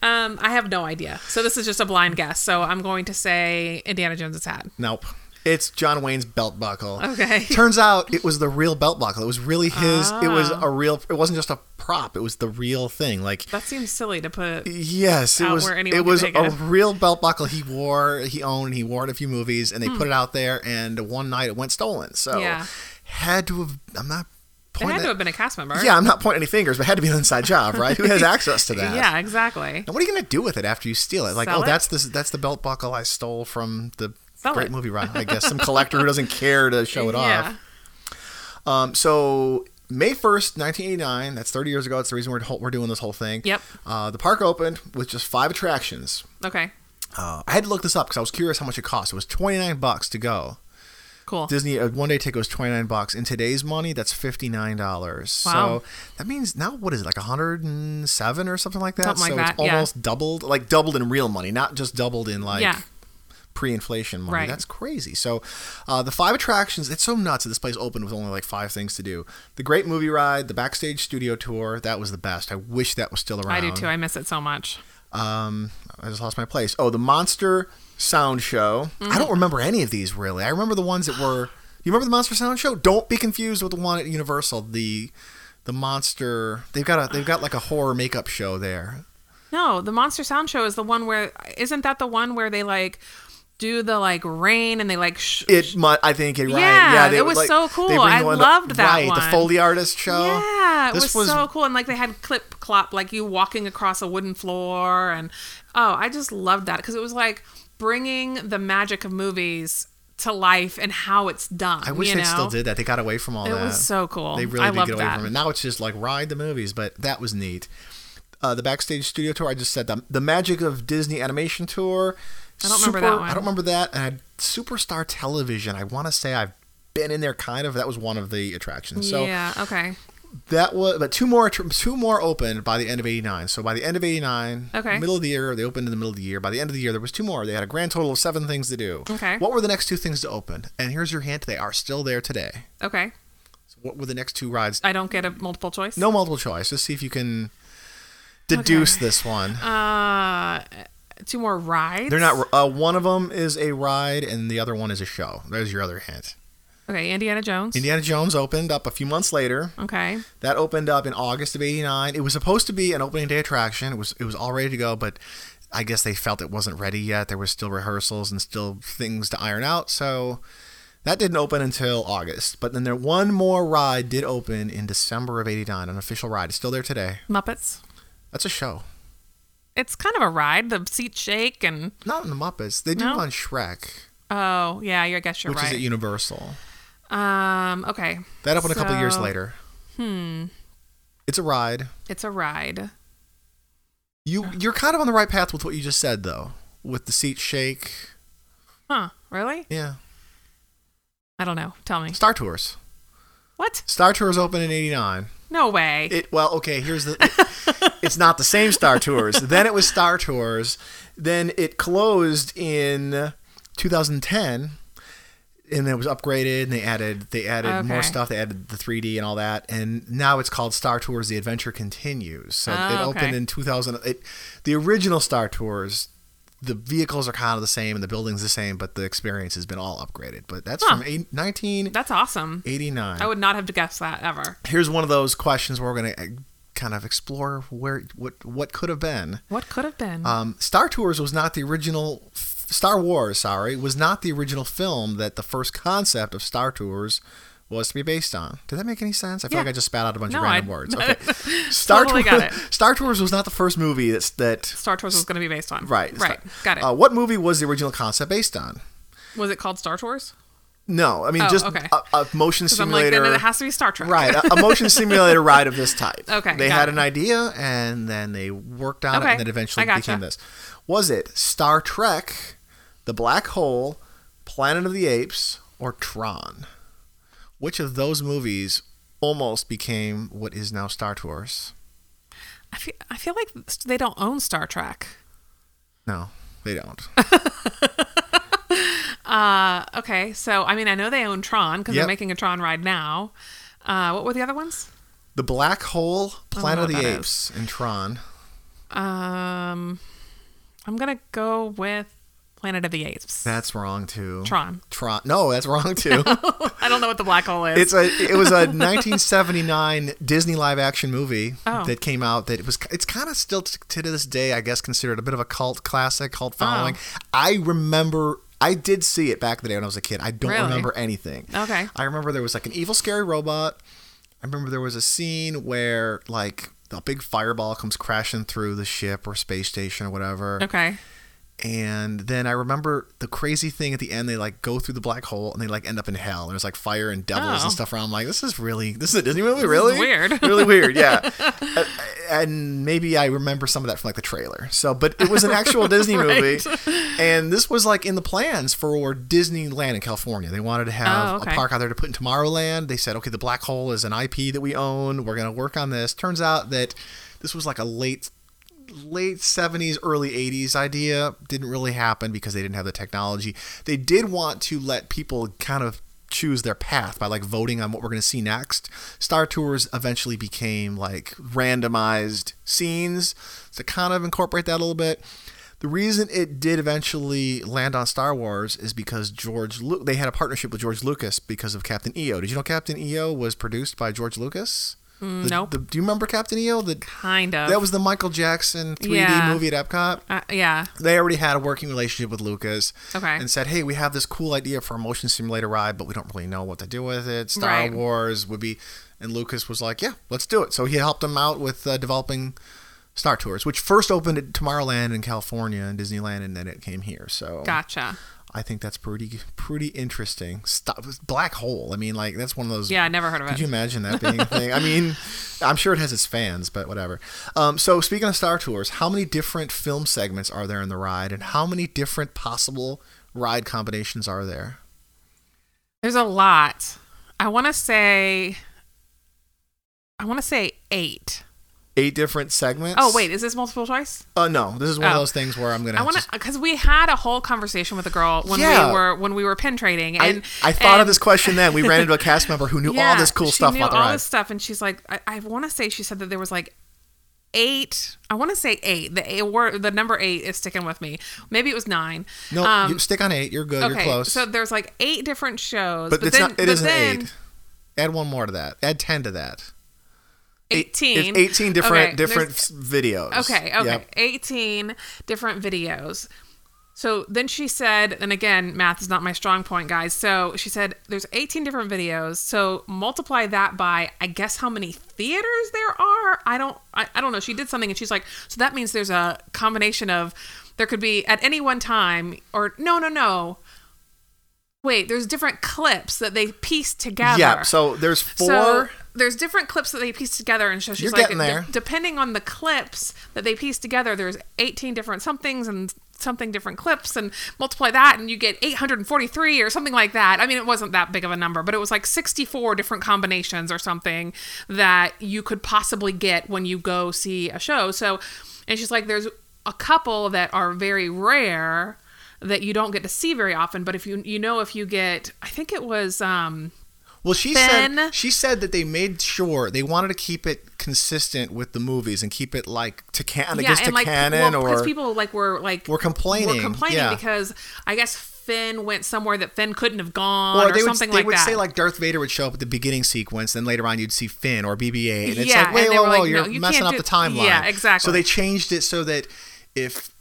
B: Um, I have no idea. So this is just a blind guess. So I'm going to say Indiana Jones' hat.
A: Nope. It's John Wayne's belt buckle.
B: Okay.
A: Turns out it was the real belt buckle. It was really his. It was
B: Ah.
A: a real. It wasn't just a prop. It was the real thing. Like
B: That seems silly to put.
A: yes, it
B: Out
A: was.
B: where anyone
A: It
B: could
A: was
B: take
A: a
B: it.
A: real belt buckle he wore. He owned. He wore it in a few movies, and they put it out there. And one night it went stolen. So
B: Hmm. Yeah.
A: had to have. I'm not.
B: It
A: Pointing
B: had to have been a cast member.
A: Yeah, I'm not pointing any fingers, but it had to be an inside job, right? Who has access to that?
B: Yeah. Exactly.
A: And what are you going to do with it after you steal it? Like,
B: Sell
A: oh,
B: it?
A: that's this that's the belt buckle I stole from the
B: Sell
A: great
B: it.
A: movie ride. I guess some collector who doesn't care to show it
B: yeah.
A: off. Um, so May 1st, 1989, that's 30 years ago. That's the reason we're, we're doing this whole thing.
B: Yep.
A: Uh, the park opened with just five attractions.
B: Okay.
A: Uh, I had to look this up because I was curious how much it cost. It was 29 bucks to go.
B: Cool.
A: Disney a one day ticket was 29 bucks. In today's money, that's $59.
B: Wow.
A: So that means now what is it like 107 or something like that?
B: Something like
A: so
B: that,
A: it's
B: yeah.
A: almost doubled, like doubled in real money, not just doubled in like
B: Yeah.
A: pre-inflation money.
B: Right.
A: That's crazy. So uh, the five attractions, it's so nuts that this place opened with only like five things to do. The great movie ride, the backstage studio tour, that was the best. I wish that was still around.
B: I do too. I miss it so much.
A: Um, I just lost my place. Oh, the Monster Sound Show. I
B: Mm-hmm.
A: don't remember any of these really. I remember the ones that were. You remember the Monster Sound Show? Don't be confused with the one at Universal. The the monster. They've got a. They've got like a horror makeup show there.
B: No, the Monster Sound Show is the one where isn't that the one where they like do the like rain and they like sh-
A: It. mu- I think. It, right.
B: Yeah,
A: Yeah. They,
B: it was
A: like,
B: so
A: they
B: cool.
A: bring
B: I
A: one of
B: loved that
A: Right. The
B: one.
A: Foley artist show.
B: Yeah, it
A: This
B: was,
A: was-
B: so cool, and like they had clip clop, like you walking across a wooden floor, and oh, I just loved that because it was like bringing the magic of movies to life and how it's done.
A: I wish
B: you
A: they still
B: know?
A: did that. They got away from all
B: It
A: that.
B: was so cool.
A: They really
B: I
A: did
B: loved
A: get away
B: that.
A: from it. Now it's just like ride the movies, but that was neat. Uh, the backstage studio tour, I just said the the magic of Disney animation tour.
B: I don't remember
A: Super-
B: that one.
A: I don't remember that. And I had Superstar Television. I want to say I've been in there kind of. That was one of the attractions. So
B: yeah. Okay.
A: that was, but two more attr- two more opened by the end of '89. So by the end of '89,
B: Okay.
A: middle of the year they opened in the middle of the year. By the end of the year, there was two more. They had a grand total of seven things to do.
B: Okay.
A: What were the next two things to open? And here's your hint: they are still there today.
B: Okay.
A: What were the next two rides?
B: I don't get a multiple choice.
A: No multiple choice. Just see if you can deduce this one.
B: Uh, two more rides.
A: They're not. Uh, one of them is a ride, and the other one is a show. There's your other hint.
B: Okay. Indiana Jones.
A: Indiana Jones opened up a few months later.
B: okay.
A: That opened up in August of '89. It was supposed to be an opening day attraction. It was. It was all ready to go, but I guess they felt it wasn't ready yet. There was still rehearsals and still things to iron out. So That didn't open until August, but then there one more ride did open in December of '89, an official ride. It's still there today.
B: Muppets.
A: That's a show.
B: It's kind of a ride. The seats shake and
A: Not in the Muppets. They do
B: No?
A: on Shrek,
B: oh yeah, I guess you're
A: which is at
B: right.
A: Universal.
B: um. Okay.
A: That opened a couple years
B: So,
A: later. Hmm. It's a ride.
B: It's a ride.
A: You you're kind of on the right path with what you just said though, with the seat shake.
B: Huh? Really?
A: Yeah.
B: I don't know. Tell me.
A: Star Tours.
B: What?
A: Star Tours opened in 89.
B: No way.
A: It well, okay, here's the It's not the same Star Tours. Then it was Star Tours. Then it closed in 2010 and it was upgraded and they added they added more
B: Okay.
A: stuff. They added the 3D and all that. And now it's called Star Tours The Adventure Continues. So
B: Ah,
A: it
B: okay.
A: opened in 2000 it, the original Star Tours the vehicles are kind of the same and the building's the same, but the experience has been all upgraded. But that's
B: Huh.
A: from eight, 1989.
B: That's awesome. I would not have guessed that ever.
A: here's one of those questions where we're going to kind of explore where what what could have been.
B: What could have been?
A: Um, Star Tours was not the original. Star Wars, sorry, was not the original film that the first concept of Star Tours was to be based on. Did that make any sense? I feel
B: Yeah.
A: like I just spat out a bunch
B: No,
A: of random
B: I-
A: words. Okay. Star
B: Totally
A: Tours.
B: got it.
A: Star Tours was not the first movie that's that.
B: Star Tours was going to be based on.
A: Right.
B: Right. Got it.
A: Uh, what movie was the original concept based on?
B: was it called Star Tours?
A: No, I mean
B: Oh,
A: just
B: okay.
A: a, a motion
B: Because I'm like, then
A: simulator.
B: it has to be Star Trek.
A: Right, a, a motion simulator ride of this type.
B: Okay,
A: They
B: got
A: had
B: it.
A: an idea and then they worked on it
B: Okay,
A: and then eventually
B: I gotcha.
A: became this. Was it Star Trek, The Black Hole, Planet of the Apes, or Tron? Which of those movies almost became what is now Star Tours?
B: I feel, I feel like they don't own Star Trek.
A: No, they don't.
B: Uh, okay, so I mean, I know they own Tron because
A: Yep.
B: they're making a Tron ride now. Uh, what were the other ones?
A: the Black Hole, Planet of
B: what
A: the
B: that
A: Apes, and Tron.
B: Um, I'm gonna go with Planet of the Apes.
A: That's wrong too.
B: Tron.
A: Tron. No, that's wrong too.
B: I don't know what the black hole is.
A: It's a. It was a 1979 Disney live action movie
B: Oh.
A: that came out. That it was. It's kind of still t- to this day, I guess, considered a bit of a cult classic, cult
B: Oh.
A: following. I remember. I did see it back in the day when I was a kid. I don't
B: Really?
A: remember anything.
B: Okay.
A: I remember there was like an evil, scary robot. I remember there was a scene where like a big fireball comes crashing through the ship or space station or whatever.
B: okay.
A: And then I remember the crazy thing at the end. They like go through the black hole and they like end up in hell. There's like fire and devils
B: Oh.
A: and stuff around. I'm like, this is really, this is a Disney movie, really
B: weird.
A: really weird. Yeah. Uh, and maybe I remember some of that from like the trailer. So, but it was an actual Disney movie, and this was like in the plans for Disneyland in California. They wanted to have
B: Oh, okay.
A: a park out there to put in Tomorrowland. They said, okay, the black hole is an IP that we own. We're gonna work on this. Turns out that this was like a late late 70s early 80s idea didn't really happen because they didn't have the technology they did want to let people kind of choose their path by like voting on what we're going to see next star tours eventually became like randomized scenes to kind of incorporate that a little bit the reason it did eventually land on Star Wars is because George Lu- they had a partnership with George Lucas because of Captain EO. Did you know Captain EO was produced by George Lucas? The-
B: nope.
A: the- do you remember Captain EO? The
B: Kind of.
A: that was the Michael Jackson 3D
B: Yeah.
A: movie at Epcot.
B: Uh, yeah.
A: They already had a working relationship with Lucas
B: Okay.
A: and said, hey, we have this cool idea for a motion simulator ride, but we don't really know what to do with it. Star
B: Right.
A: Wars would be. And Lucas was like, yeah, let's do it. So he helped them out with uh, developing Star Tours, which first opened at Tomorrowland in California and Disneyland, and then it came here. So
B: Gotcha.
A: I think that's pretty pretty interesting. Stop, black hole. I mean, like, that's one of those
B: Yeah, I never heard of
A: could
B: it.
A: you imagine that being a thing? I mean, I'm sure it has its fans, but whatever. Um, so, speaking of Star Tours, how many different film segments are there in the ride, and how many different possible ride combinations are there?
B: There's a lot. I want to say. I want to say eight.
A: Eight different segments.
B: Oh wait, is this multiple choice?
A: Uh, no, this is one of
B: Oh.
A: those things where I'm gonna.
B: I want
A: just-
B: to because we had a whole conversation with a girl when
A: Yeah.
B: we were when we were pin trading, and
A: I, I thought of
B: and-
A: this question then. We ran into a cast member who knew all this cool
B: she
A: stuff
B: knew
A: about the
B: all
A: ride.
B: this stuff, and she's like, I, I want to say she said that there was like eight. I want to say eight. The eight, word, the number eight is sticking with me. Maybe it was nine.
A: no,
B: Um,
A: you stick on eight. You're good. you're close.
B: so there's like eight different shows,
A: but,
B: but,
A: it's
B: then
A: not. It
B: but
A: isn't
B: then
A: eight. Add one more to that. Add ten to that. Eight- it's
B: 18.
A: Eighteen different
B: Okay,
A: different
B: there's-
A: videos.
B: Okay, okay.
A: Yep.
B: 18 different videos. So then she said, and again, math is not my strong point, guys. So she said, there's 18 different videos. So multiply that by, I guess, how many theaters there are. I don't, I, I don't know. She did something, and she's like, so that means there's a combination of, there could be at any one time, or no, no, no. Wait, there's different clips that they piece together.
A: Yeah, so there's four.
B: So there's different clips that they piece together, and so she's
A: You're
B: like,
A: getting there.
B: de- depending on the clips that they piece together, there's 18 different somethings and something different clips, and multiply that, and you get 843 or something like that. I mean, it wasn't that big of a number, but it was like 64 different combinations or something that you could possibly get when you go see a show. So, and she's like, there's a couple that are very rare that you don't get to see very often, but if you you know if you get, I think it was. um
A: well, she said
B: Finn.
A: she said that they made sure they wanted to keep it consistent with the movies and keep it like to can against to canon
B: well,
A: or
B: people like were like
A: Were complaining,
B: were complaining
A: yeah.
B: because I guess Finn went somewhere that Finn couldn't have gone
A: or
B: or,
A: they would,
B: something
A: they
B: like
A: would
B: that.
A: say like Darth Vader would show up at the beginning sequence, then later on you'd see Finn or BB-8, and it's
B: Yeah,
A: like, wait,
B: and they
A: whoa,
B: were
A: whoa,
B: like,
A: you're
B: no, you
A: messing
B: can't
A: up
B: do-
A: the timeline.
B: Yeah,
A: So
B: exactly.
A: they changed it so that if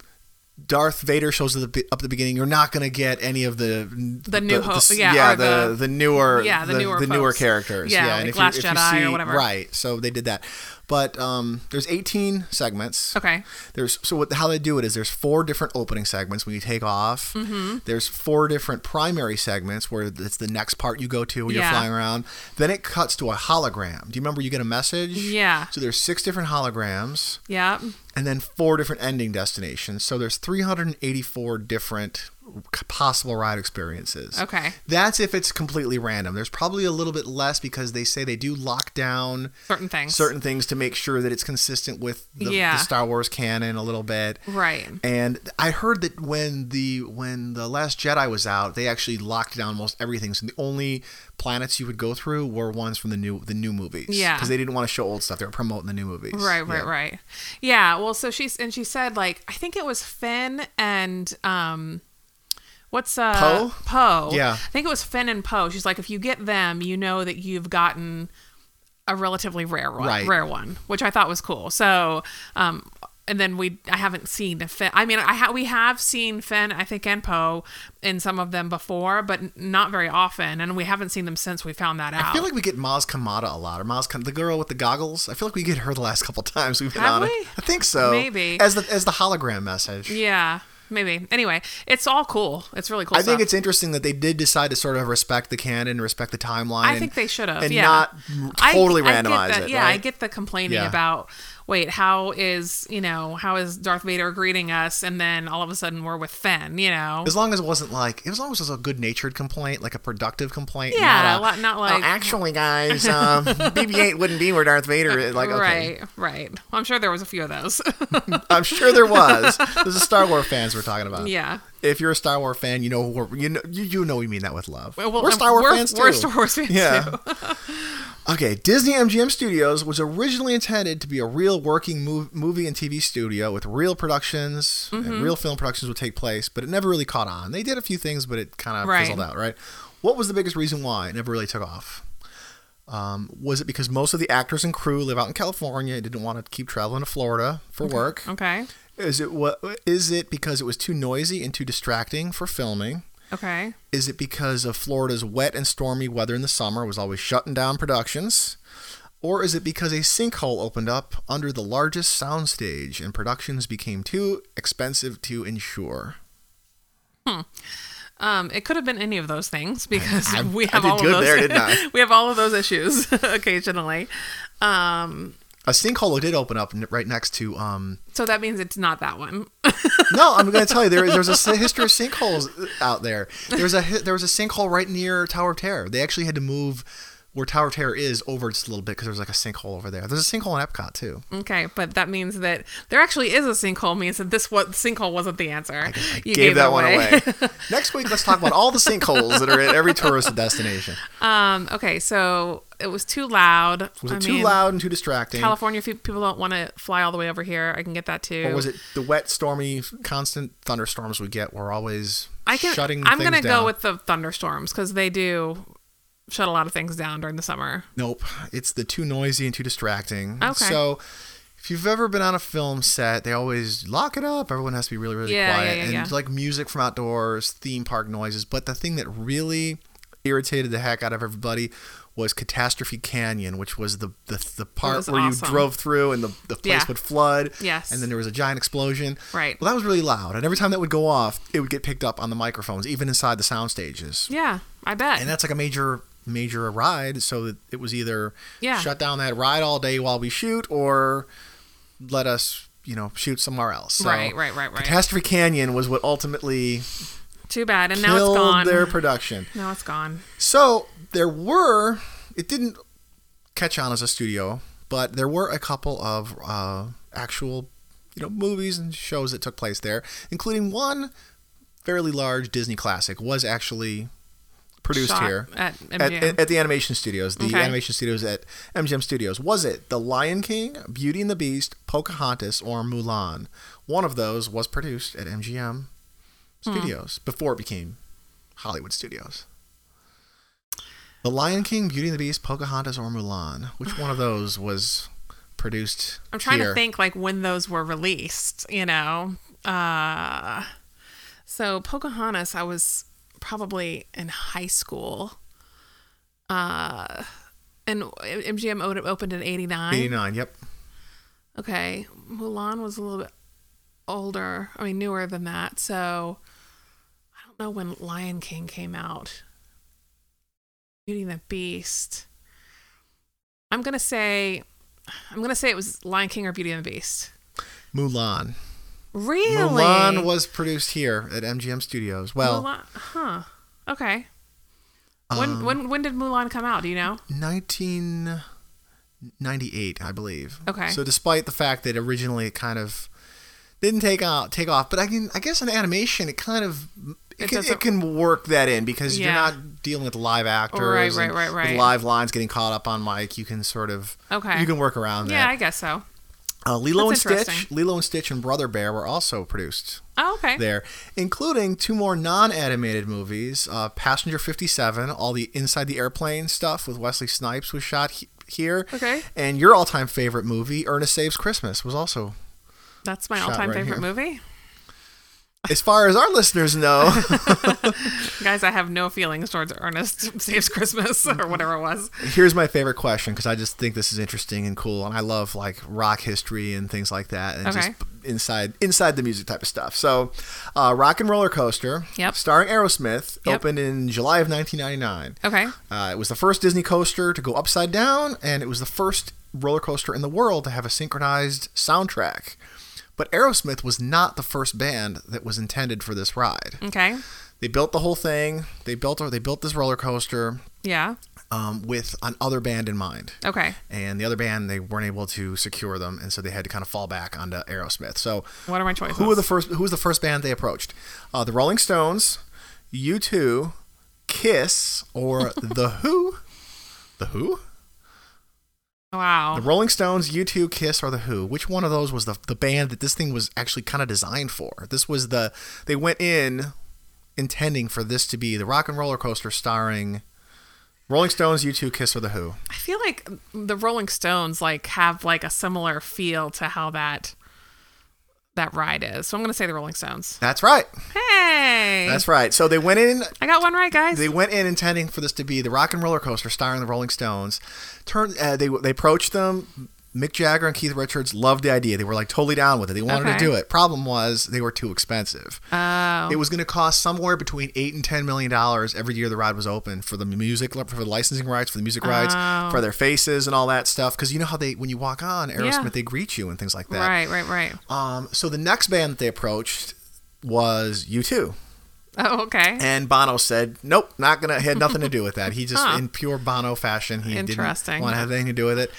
A: Darth Vader shows up at the, up at the beginning, you're not going to get any of the
B: The new ho-
A: s-
B: yeah, or
A: the,
B: the-
A: newer
B: yeah, the newer folks.
A: characters,
B: Yeah, like Last Jedi or whatever.
A: right? So they did that, but um, there's 18 segments.
B: Okay.
A: There's so what, how they do it is there's four different opening segments when you take off.
B: Mm-hmm.
A: There's four different primary segments where it's the next part you go to when you're
B: Yeah.
A: flying around. Then it cuts to a hologram. Do you remember you get a message?
B: Yeah.
A: So there's six different holograms
B: yeah,
A: and then four different ending destinations. So there's 384 different c- possible ride experiences.
B: Okay.
A: That's if it's completely random. There's probably a little bit less because they say they do lock down
B: certain things.
A: certain things to make sure that it's consistent with the,
B: Yeah.
A: the Star Wars canon a little bit.
B: Right.
A: And I heard that when the when the Last Jedi was out, they actually locked down almost everything. So the only planets you would go through were ones from the new the new movies.
B: Yeah.
A: Because they didn't want to show old stuff. They were promoting the new movies.
B: Right, right,
A: Yeah.
B: right. Yeah. Well, so she's and she said like I think it was Finn and um, what's uh
A: Poe?
B: Poe.
A: Yeah.
B: I think it was Finn and Poe. She's like, if you get them, you know that you've gotten a relatively rare one,
A: Right.
B: rare one, which I thought was cool. So, um, and then we I haven't seen a Finn. I mean, I ha- we have seen Finn, I think, and Poe in some of them before, but n- not very often, and we haven't seen them since we found that out.
A: I feel like we get Maz Kamada a lot, or Maz, Kam- the girl with the goggles. I feel like we get her the last couple times we've been on.
B: Have
A: it.
B: we?
A: I think so.
B: Maybe.
A: as the as the hologram message.
B: Yeah, maybe. Anyway, it's all cool. It's really cool.
A: I think
B: stuff.
A: it's interesting that they did decide to sort of respect the canon, respect the timeline.
B: I
A: and-
B: think they should have.
A: and
B: yeah.
A: not
B: I-
A: totally
B: I get
A: randomize
B: that-
A: it.
B: Yeah, I
A: right?
B: get the complaining
A: Yeah.
B: about wait, how is you know how is Darth Vader greeting us, and then all of a sudden we're with Finn, you know?
A: As long as it wasn't like, as long as it was a good-natured complaint, like a productive complaint.
B: Yeah,
A: not, a,
B: li- not like-
A: "Oh, actually, guys, um, BB-8 wouldn't be where Darth Vader is. Like, okay,
B: Right, right. Well, I'm sure there was a few of those.
A: I'm sure there was. This is Star Wars fans we're talking about.
B: yeah.
A: If you're a Star Wars fan, you know we're, you know you, you know we mean that with love.
B: Well,
A: we're
B: um,
A: Star Wars
B: we're-
A: fans too.
B: we're Star Wars fans,
A: yeah. okay, Disney MGM Studios was originally intended to be a real working mov- movie and TV studio with real productions
B: Mm-hmm.
A: and real film productions would take place, but it never really caught on. They did a few things, but it kind of
B: Right.
A: fizzled out. Right. What was the biggest reason why it never really took off? Um, was it because most of the actors and crew live out in California and didn't want to keep traveling to Florida for
B: Mm-hmm.
A: work?
B: Okay.
A: Is it what is it because it was too noisy and too distracting for filming?
B: Okay.
A: Is it because of Florida's wet and stormy weather in the summer was always shutting down productions? Or is it because a sinkhole opened up under the largest soundstage and productions became too expensive to insure?
B: Um, it could have been any of those things because
A: I-
B: we
A: I
B: have
A: did
B: all
A: good
B: of those.
A: there, didn't I?
B: we have all of those issues occasionally. Um,
A: A sinkhole did open up n- right next to. Um,
B: so that means it's not that one.
A: no, I'm going to tell you there, there's a s- history of sinkholes uh, out there. There's a hi- there was a sinkhole right near Tower of Terror. They actually had to move where Tower of Terror is over just a little bit because there was like a sinkhole over there. There's a sinkhole in Epcot too.
B: Okay, but that means that there actually is a sinkhole. Means that this what sinkhole wasn't the answer. you
A: gave, that
B: it
A: one away. Next week, let's talk about all the sinkholes that are at every tourist destination.
B: um. Okay, so it was too loud.
A: Was it
B: I
A: too
B: mean,
A: loud and too distracting?
B: California fe- people don't want to fly all the way over here. I can get that too.
A: or was it the wet, stormy, constant thunderstorms we get? We're always
B: I can.
A: shutting
B: I'm
A: things
B: gonna
A: down.
B: go with the thunderstorms because they do shut a lot of things down during the summer.
A: Nope. It's the too noisy and too distracting.
B: Okay.
A: So if you've ever been on a film set, they always lock it up. Everyone has to be really, really
B: Yeah,
A: quiet.
B: yeah, yeah,
A: and
B: yeah.
A: like music from outdoors, theme park noises. But the thing that really irritated the heck out of everybody was Catastrophe Canyon, which was the the, the part
B: was
A: where
B: awesome.
A: you drove through and the, the place
B: Yeah.
A: would flood.
B: Yes.
A: And then there was a giant explosion.
B: Right.
A: Well, that was really loud. And every time that would go off, it would get picked up on the microphones, even inside the sound stages.
B: Yeah, I bet.
A: And that's like a major major ride so that it was either
B: Yeah.
A: shut down that ride all day while we shoot or let us you know shoot somewhere else So
B: Right, right, right, right.
A: catastrophe canyon was what ultimately
B: Too bad. And now it's
A: killed
B: gone.
A: their production
B: now it's gone.
A: so there were it didn't catch on as a studio but there were a couple of uh, actual you know movies and shows that took place there including one fairly large disney classic was actually produced
B: Shot
A: here
B: at
A: at,
B: MGM.
A: at the animation studios, the
B: Okay.
A: animation studios at MGM Studios. Was it The Lion King, Beauty and the Beast, Pocahontas, or Mulan? One of those was produced at MGM
B: Hmm.
A: Studios before it became Hollywood Studios. The Lion King, Beauty and the Beast, Pocahontas, or Mulan? Which one of those was produced?
B: I'm trying
A: here?
B: to think like when those were released, you know. Uh so Pocahontas, I was probably in high school. Uh and MGM o- opened in 89.
A: 89. Yep.
B: Okay. Mulan was a little bit older, I mean newer than that. So I don't know when Lion King came out. Beauty and the Beast. I'm going to say I'm going to say it was Lion King or Beauty and the Beast.
A: Mulan.
B: Really?
A: Mulan was produced here at MGM Studios. Well,
B: Mulan- huh. Okay. When
A: Um,
B: when when did Mulan come out? Do you know?
A: 1998, I believe.
B: Okay.
A: So despite the fact that originally it kind of didn't take out take off, but I can I guess in animation it kind of it,
B: It
A: can, it
B: doesn't-
A: can work that in because
B: Yeah.
A: you're not dealing with live actors,
B: Right, right,
A: and
B: right,
A: with
B: right.
A: live lines getting caught up on mic. You can sort of
B: Okay.
A: you can work around
B: Yeah, I
A: that.
B: guess so.
A: uh, Lilo
B: That's
A: and Stitch,
B: interesting.
A: Lilo and Stitch, and Brother Bear were also produced
B: Oh, okay.
A: there, including two more non-animated movies: uh, Passenger 57, all the inside the airplane stuff with Wesley Snipes was shot he- here.
B: Okay.
A: And your all-time favorite movie, Ernest Saves Christmas, was also.
B: That's my
A: Shot
B: all-time
A: right here.
B: favorite movie.
A: As far as our listeners know,
B: Guys, I have no feelings towards Ernest Saves Christmas or whatever it was.
A: here's my favorite question because I just think this is interesting and cool, and I love like rock history and things like that, and
B: Okay.
A: just inside inside the music type of stuff. So, uh, Rock and Roller Coaster,
B: Yep.
A: starring Aerosmith,
B: Yep.
A: opened in July of 1999.
B: Okay.
A: Uh, it was the first Disney coaster to go upside down, and it was the first roller coaster in the world to have a synchronized soundtrack. But Aerosmith was not the first band that was intended for this ride.
B: Okay.
A: They built the whole thing. They built they built this roller coaster
B: Yeah.
A: um, with an other band in mind,
B: Okay.
A: and the other band they weren't able to secure them, and so they had to kind of fall back onto Aerosmith. So
B: What are my choices?
A: who were the first? Who was the first band they approached? Uh, the Rolling Stones, U two, Kiss, or the Who? The Who? The
B: Wow.
A: Rolling Stones, U two, Kiss, or the Who? Which one of those was the the band that this thing was actually kind of designed for? This was the they went in intending for this to be the rock and roller coaster starring Rolling Stones, U two, Kiss, or the Who.
B: I feel like the Rolling Stones like have like a similar feel to how that that ride is. So I'm going to say the Rolling Stones.
A: That's right.
B: Hey.
A: That's right. So they went in
B: I got one right, guys.
A: They went in intending for this to be the Rock and Roller Coaster starring the Rolling Stones. Turn uh, they they approached them. Mick Jagger and Keith Richards loved the idea. They were like totally down with it. They wanted to
B: Okay.
A: do it. Problem was they were too expensive.
B: Oh.
A: It was going to cost somewhere between eight and ten million dollars every year the ride was open for the music, for the licensing rights, for the music rights,
B: Oh.
A: for their faces and all that stuff. Because you know how they when you walk on Aerosmith,
B: Yeah.
A: they greet you and things like that.
B: Right, right, right.
A: Um, so the next band that they approached was U two.
B: Oh, okay.
A: And Bono said, "Nope, not gonna." Had nothing to do with that. He just,
B: Huh.
A: in pure Bono fashion, he didn't want to
B: Interesting.
A: have anything to do with it.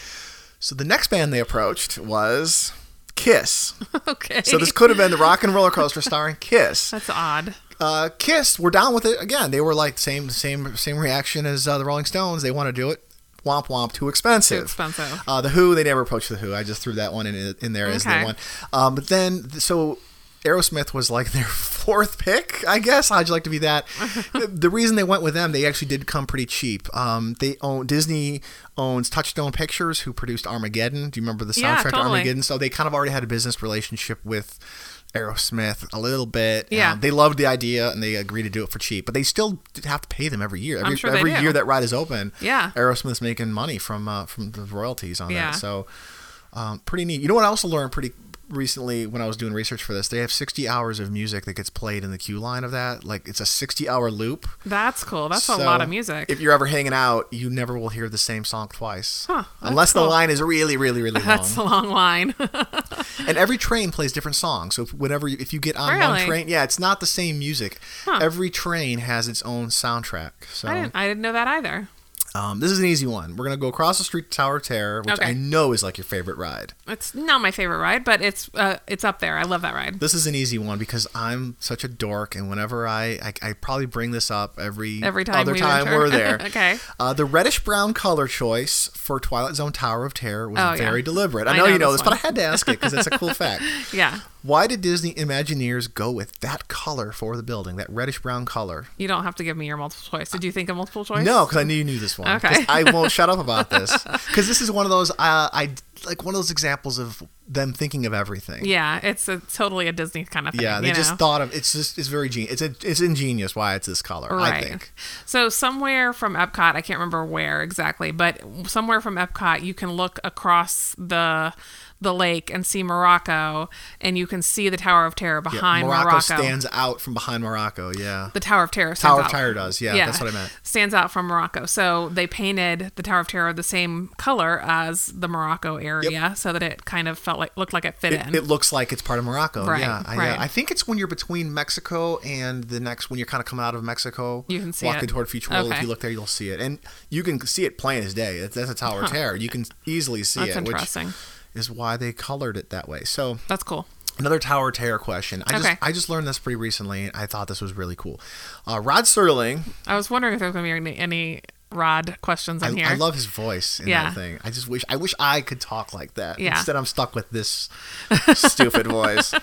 A: So the next band they approached was Kiss.
B: okay.
A: So this could have been the Rock and Roller Coaster starring Kiss.
B: That's odd.
A: Uh, Kiss were down with it again. They were like same, same, same reaction as uh, the Rolling Stones. They want to do it. Womp womp. Too expensive.
B: Too expensive.
A: Uh, the Who, they never approached the Who. I just threw that one in in there as the
B: Okay.
A: one. Um, but then, so Aerosmith was like their fourth pick, I guess. How'd you like to be that? the, the reason they went with them, they actually did come pretty cheap. Um, they own Disney owns Touchstone Pictures, who produced Armageddon. Do you remember the soundtrack
B: Yeah,
A: to
B: totally.
A: Armageddon? So they kind of already had a business relationship with Aerosmith a little bit.
B: Yeah.
A: Um, they loved the idea and they agreed to do it for cheap, but they still have to pay them every year. Every,
B: sure they
A: every
B: do.
A: year that ride is open,
B: Yeah.
A: Aerosmith's making money from uh, from the royalties on
B: Yeah.
A: that. So um, pretty neat. You know what I also learned pretty recently when I was doing research for this? They have 60 hours of music that gets played in the queue line of that. Like it's a 60 hour loop.
B: That's cool. That's a
A: So,
B: lot of music.
A: If you're ever hanging out, you never will hear the same song twice.
B: Huh, that's
A: Unless the
B: cool.
A: line is really, really, really long.
B: That's a long line.
A: Uh-huh. And every train plays different songs. So if, whenever you- if you get on one
B: Really?
A: train, yeah, it's not the same music. Every train has its own soundtrack. So
B: I didn't I didn't know that either.
A: um, this is an easy one. We're gonna go across the street to Tower of Terror, which
B: Okay.
A: I know is like your favorite ride.
B: It's not my favorite ride, but it's uh, it's up there. I love that ride.
A: This is an easy one because I'm such a dork, and whenever I I, I probably bring this up every
B: Every time
A: other
B: we
A: time
B: enter.
A: we're there.
B: Okay.
A: Uh, the reddish brown color choice for Twilight Zone Tower of Terror was
B: Oh, yeah.
A: very deliberate. I
B: I
A: know,
B: know
A: you know
B: this
A: this, but I
B: one.
A: had to ask it because it's a cool fact.
B: Yeah.
A: Why did Disney Imagineers go with that color for the building, that reddish brown color?
B: You don't have to give me your multiple choice. Did you think of multiple choice?
A: No, because I knew you knew this one. 'Cause
B: Okay.
A: I won't shut up about this because this is one of those uh, I like one of those examples of them thinking of everything.
B: Yeah, it's a totally a Disney kind of thing.
A: Yeah, they
B: you
A: just
B: know?
A: thought of it's just it's very genius. It's a, it's ingenious why it's this color. I think
B: So somewhere from Epcot, I can't remember where exactly, but somewhere from Epcot, you can look across the the lake and see Morocco, and you can see the Tower of Terror
A: Yeah,
B: behind
A: Morocco,
B: Morocco.
A: stands out from behind Morocco. Yeah,
B: the Tower of Terror. Stands
A: Tower of
B: out.
A: Terror does. Yeah, that's what I meant.
B: Stands out from Morocco. So they painted the Tower of Terror the same color as the Morocco area, so that it kind of felt like looked like it fit in.
A: It, it looks like it's part of Morocco.
B: Right,
A: yeah, I, uh,
B: right.
A: I think it's when you're between Mexico and the next when you're kind of coming out of Mexico.
B: You can see
A: walking
B: it.
A: toward Future World. If
B: Okay.
A: you look there, you'll see it, and you can see it plain as day. That's, that's a Tower of Terror. You can easily see
B: That's
A: it,
B: interesting.
A: which is why they colored it that way. So
B: That's cool.
A: Another Tower of Terror question. I just
B: Okay.
A: I just learned this pretty recently. and I thought this was really cool. Uh, Rod Serling,
B: I was wondering if there was gonna be any, any Rod questions on
A: I,
B: here.
A: I love his voice in
B: Yeah.
A: that thing. I just wish I wish I could talk like that.
B: Yeah.
A: Instead, I'm stuck with this stupid voice.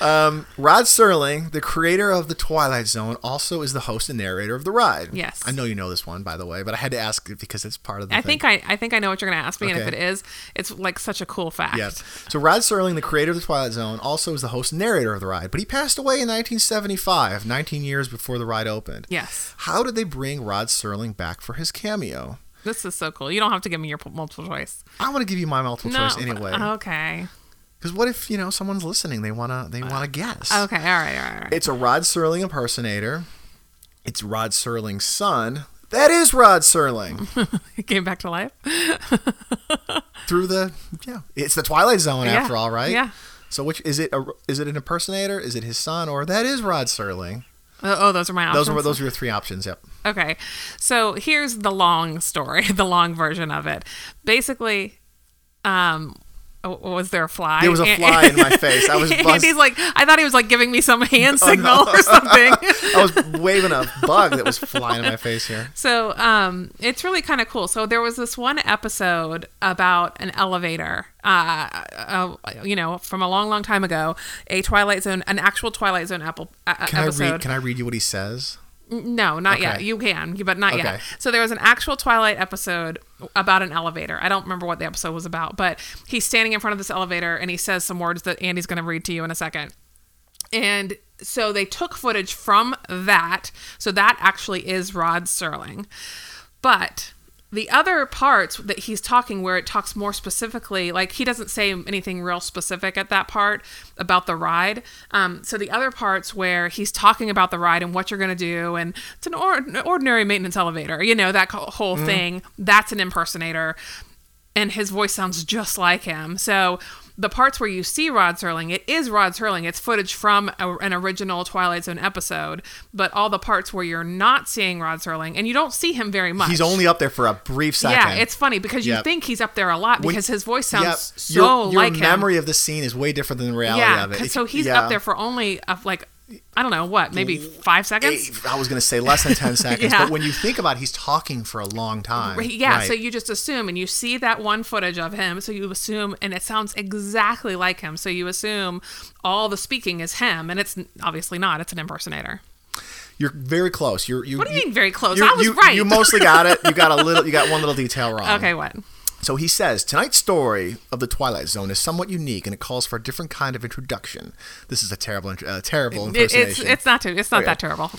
A: Um, Rod Serling, the creator of the Twilight Zone, also is the host and narrator of the ride.
B: Yes.
A: I know you know this one by the way, but I had to ask it because it's part of the.
B: I
A: thing.
B: think I, I think I know what you're gonna ask me, and if
A: Okay.
B: it is, it's like such a cool fact.
A: Yes. So Rod Serling, the creator of the Twilight Zone, also is the host and narrator of the ride, but he passed away in 1975, 19 years before the ride opened.
B: Yes.
A: How did they bring Rod Serling back for his cameo?
B: This is so cool. You don't have to give me your p- multiple choice.
A: I want to give you my multiple choice anyway,
B: uh, Okay.
A: because what if you know someone's listening? They wanna they wanna guess.
B: Okay. All right. All right. All right.
A: It's a Rod Serling impersonator. It's Rod Serling's son. That is Rod Serling
B: It came back to life.
A: through the yeah. It's the Twilight Zone
B: Yeah.
A: after all, right?
B: Yeah.
A: So which is it? A, is it an impersonator? Is it his son? Or that is Rod Serling?
B: Oh, oh, those are my options.
A: Those were those were your three options. Yep.
B: Okay. So here's the long story, the long version of it. Basically, um, w- was there a fly?
A: There was a fly in my face. I was
B: and he's
A: bust- Oh,
B: like, I thought he was like giving me some hand signal or something.
A: I was waving a bug that was flying in my face here.
B: So um, it's really kind of cool. So there was this one episode about an elevator, uh, uh, you know, from a long, long time ago, a Twilight Zone, an actual Twilight Zone apple, uh,
A: Can
B: episode.
A: I read? Can I read you what he says?
B: No, not yet.
A: Okay.
B: You can, but not
A: Okay.
B: yet. So there was an actual Twilight episode about an elevator. I don't remember what the episode was about, but he's standing in front of this elevator and he says some words that Andy's going to read to you in a second. And so they took footage from that. So that actually is Rod Serling. But the other parts that he's talking where it talks more specifically like he doesn't say anything real specific at that part about the ride um, so the other parts where he's talking about the ride and what you're going to do and it's an or- ordinary maintenance elevator you know that co- whole thing that's an impersonator and his voice sounds just like him. So the parts where you see Rod Serling, it is Rod Serling. It's footage from a, an original Twilight Zone episode, but all the parts where you're not seeing Rod Serling, and you don't see him very much.
A: He's only up there for a brief second.
B: Uh, yeah. It's funny because you
A: Yep.
B: think he's up there a lot
A: When-
B: because his voice sounds
A: Yep.
B: so
A: your, your
B: like him.
A: memory of the scene is way different than the reality
B: yeah,
A: of it.
B: 'cause-
A: If-
B: so he's
A: yeah.
B: up there for only uh, like I don't know what, maybe five seconds.
A: Eight- I was going to say less than 10 seconds,
B: Yeah.
A: but when you think about it, he's talking for a long time.
B: Right, Yeah,
A: Right.
B: so you just assume, and you see that one footage of him, so you assume, and it sounds exactly like him, so you assume all the speaking is him, and it's n- obviously not. It's an impersonator.
A: You're very close. You're, you
B: What do you mean very close?
A: you-
B: I was
A: you-
B: right.
A: You mostly got it. You got a little. You got one little detail wrong.
B: Okay, what?
A: So he says tonight's story of the Twilight Zone is somewhat unique and it calls for a different kind of introduction. This is a terrible, int- uh, terrible
B: It-
A: impersonation.
B: it's it's not too, it's not that terrible.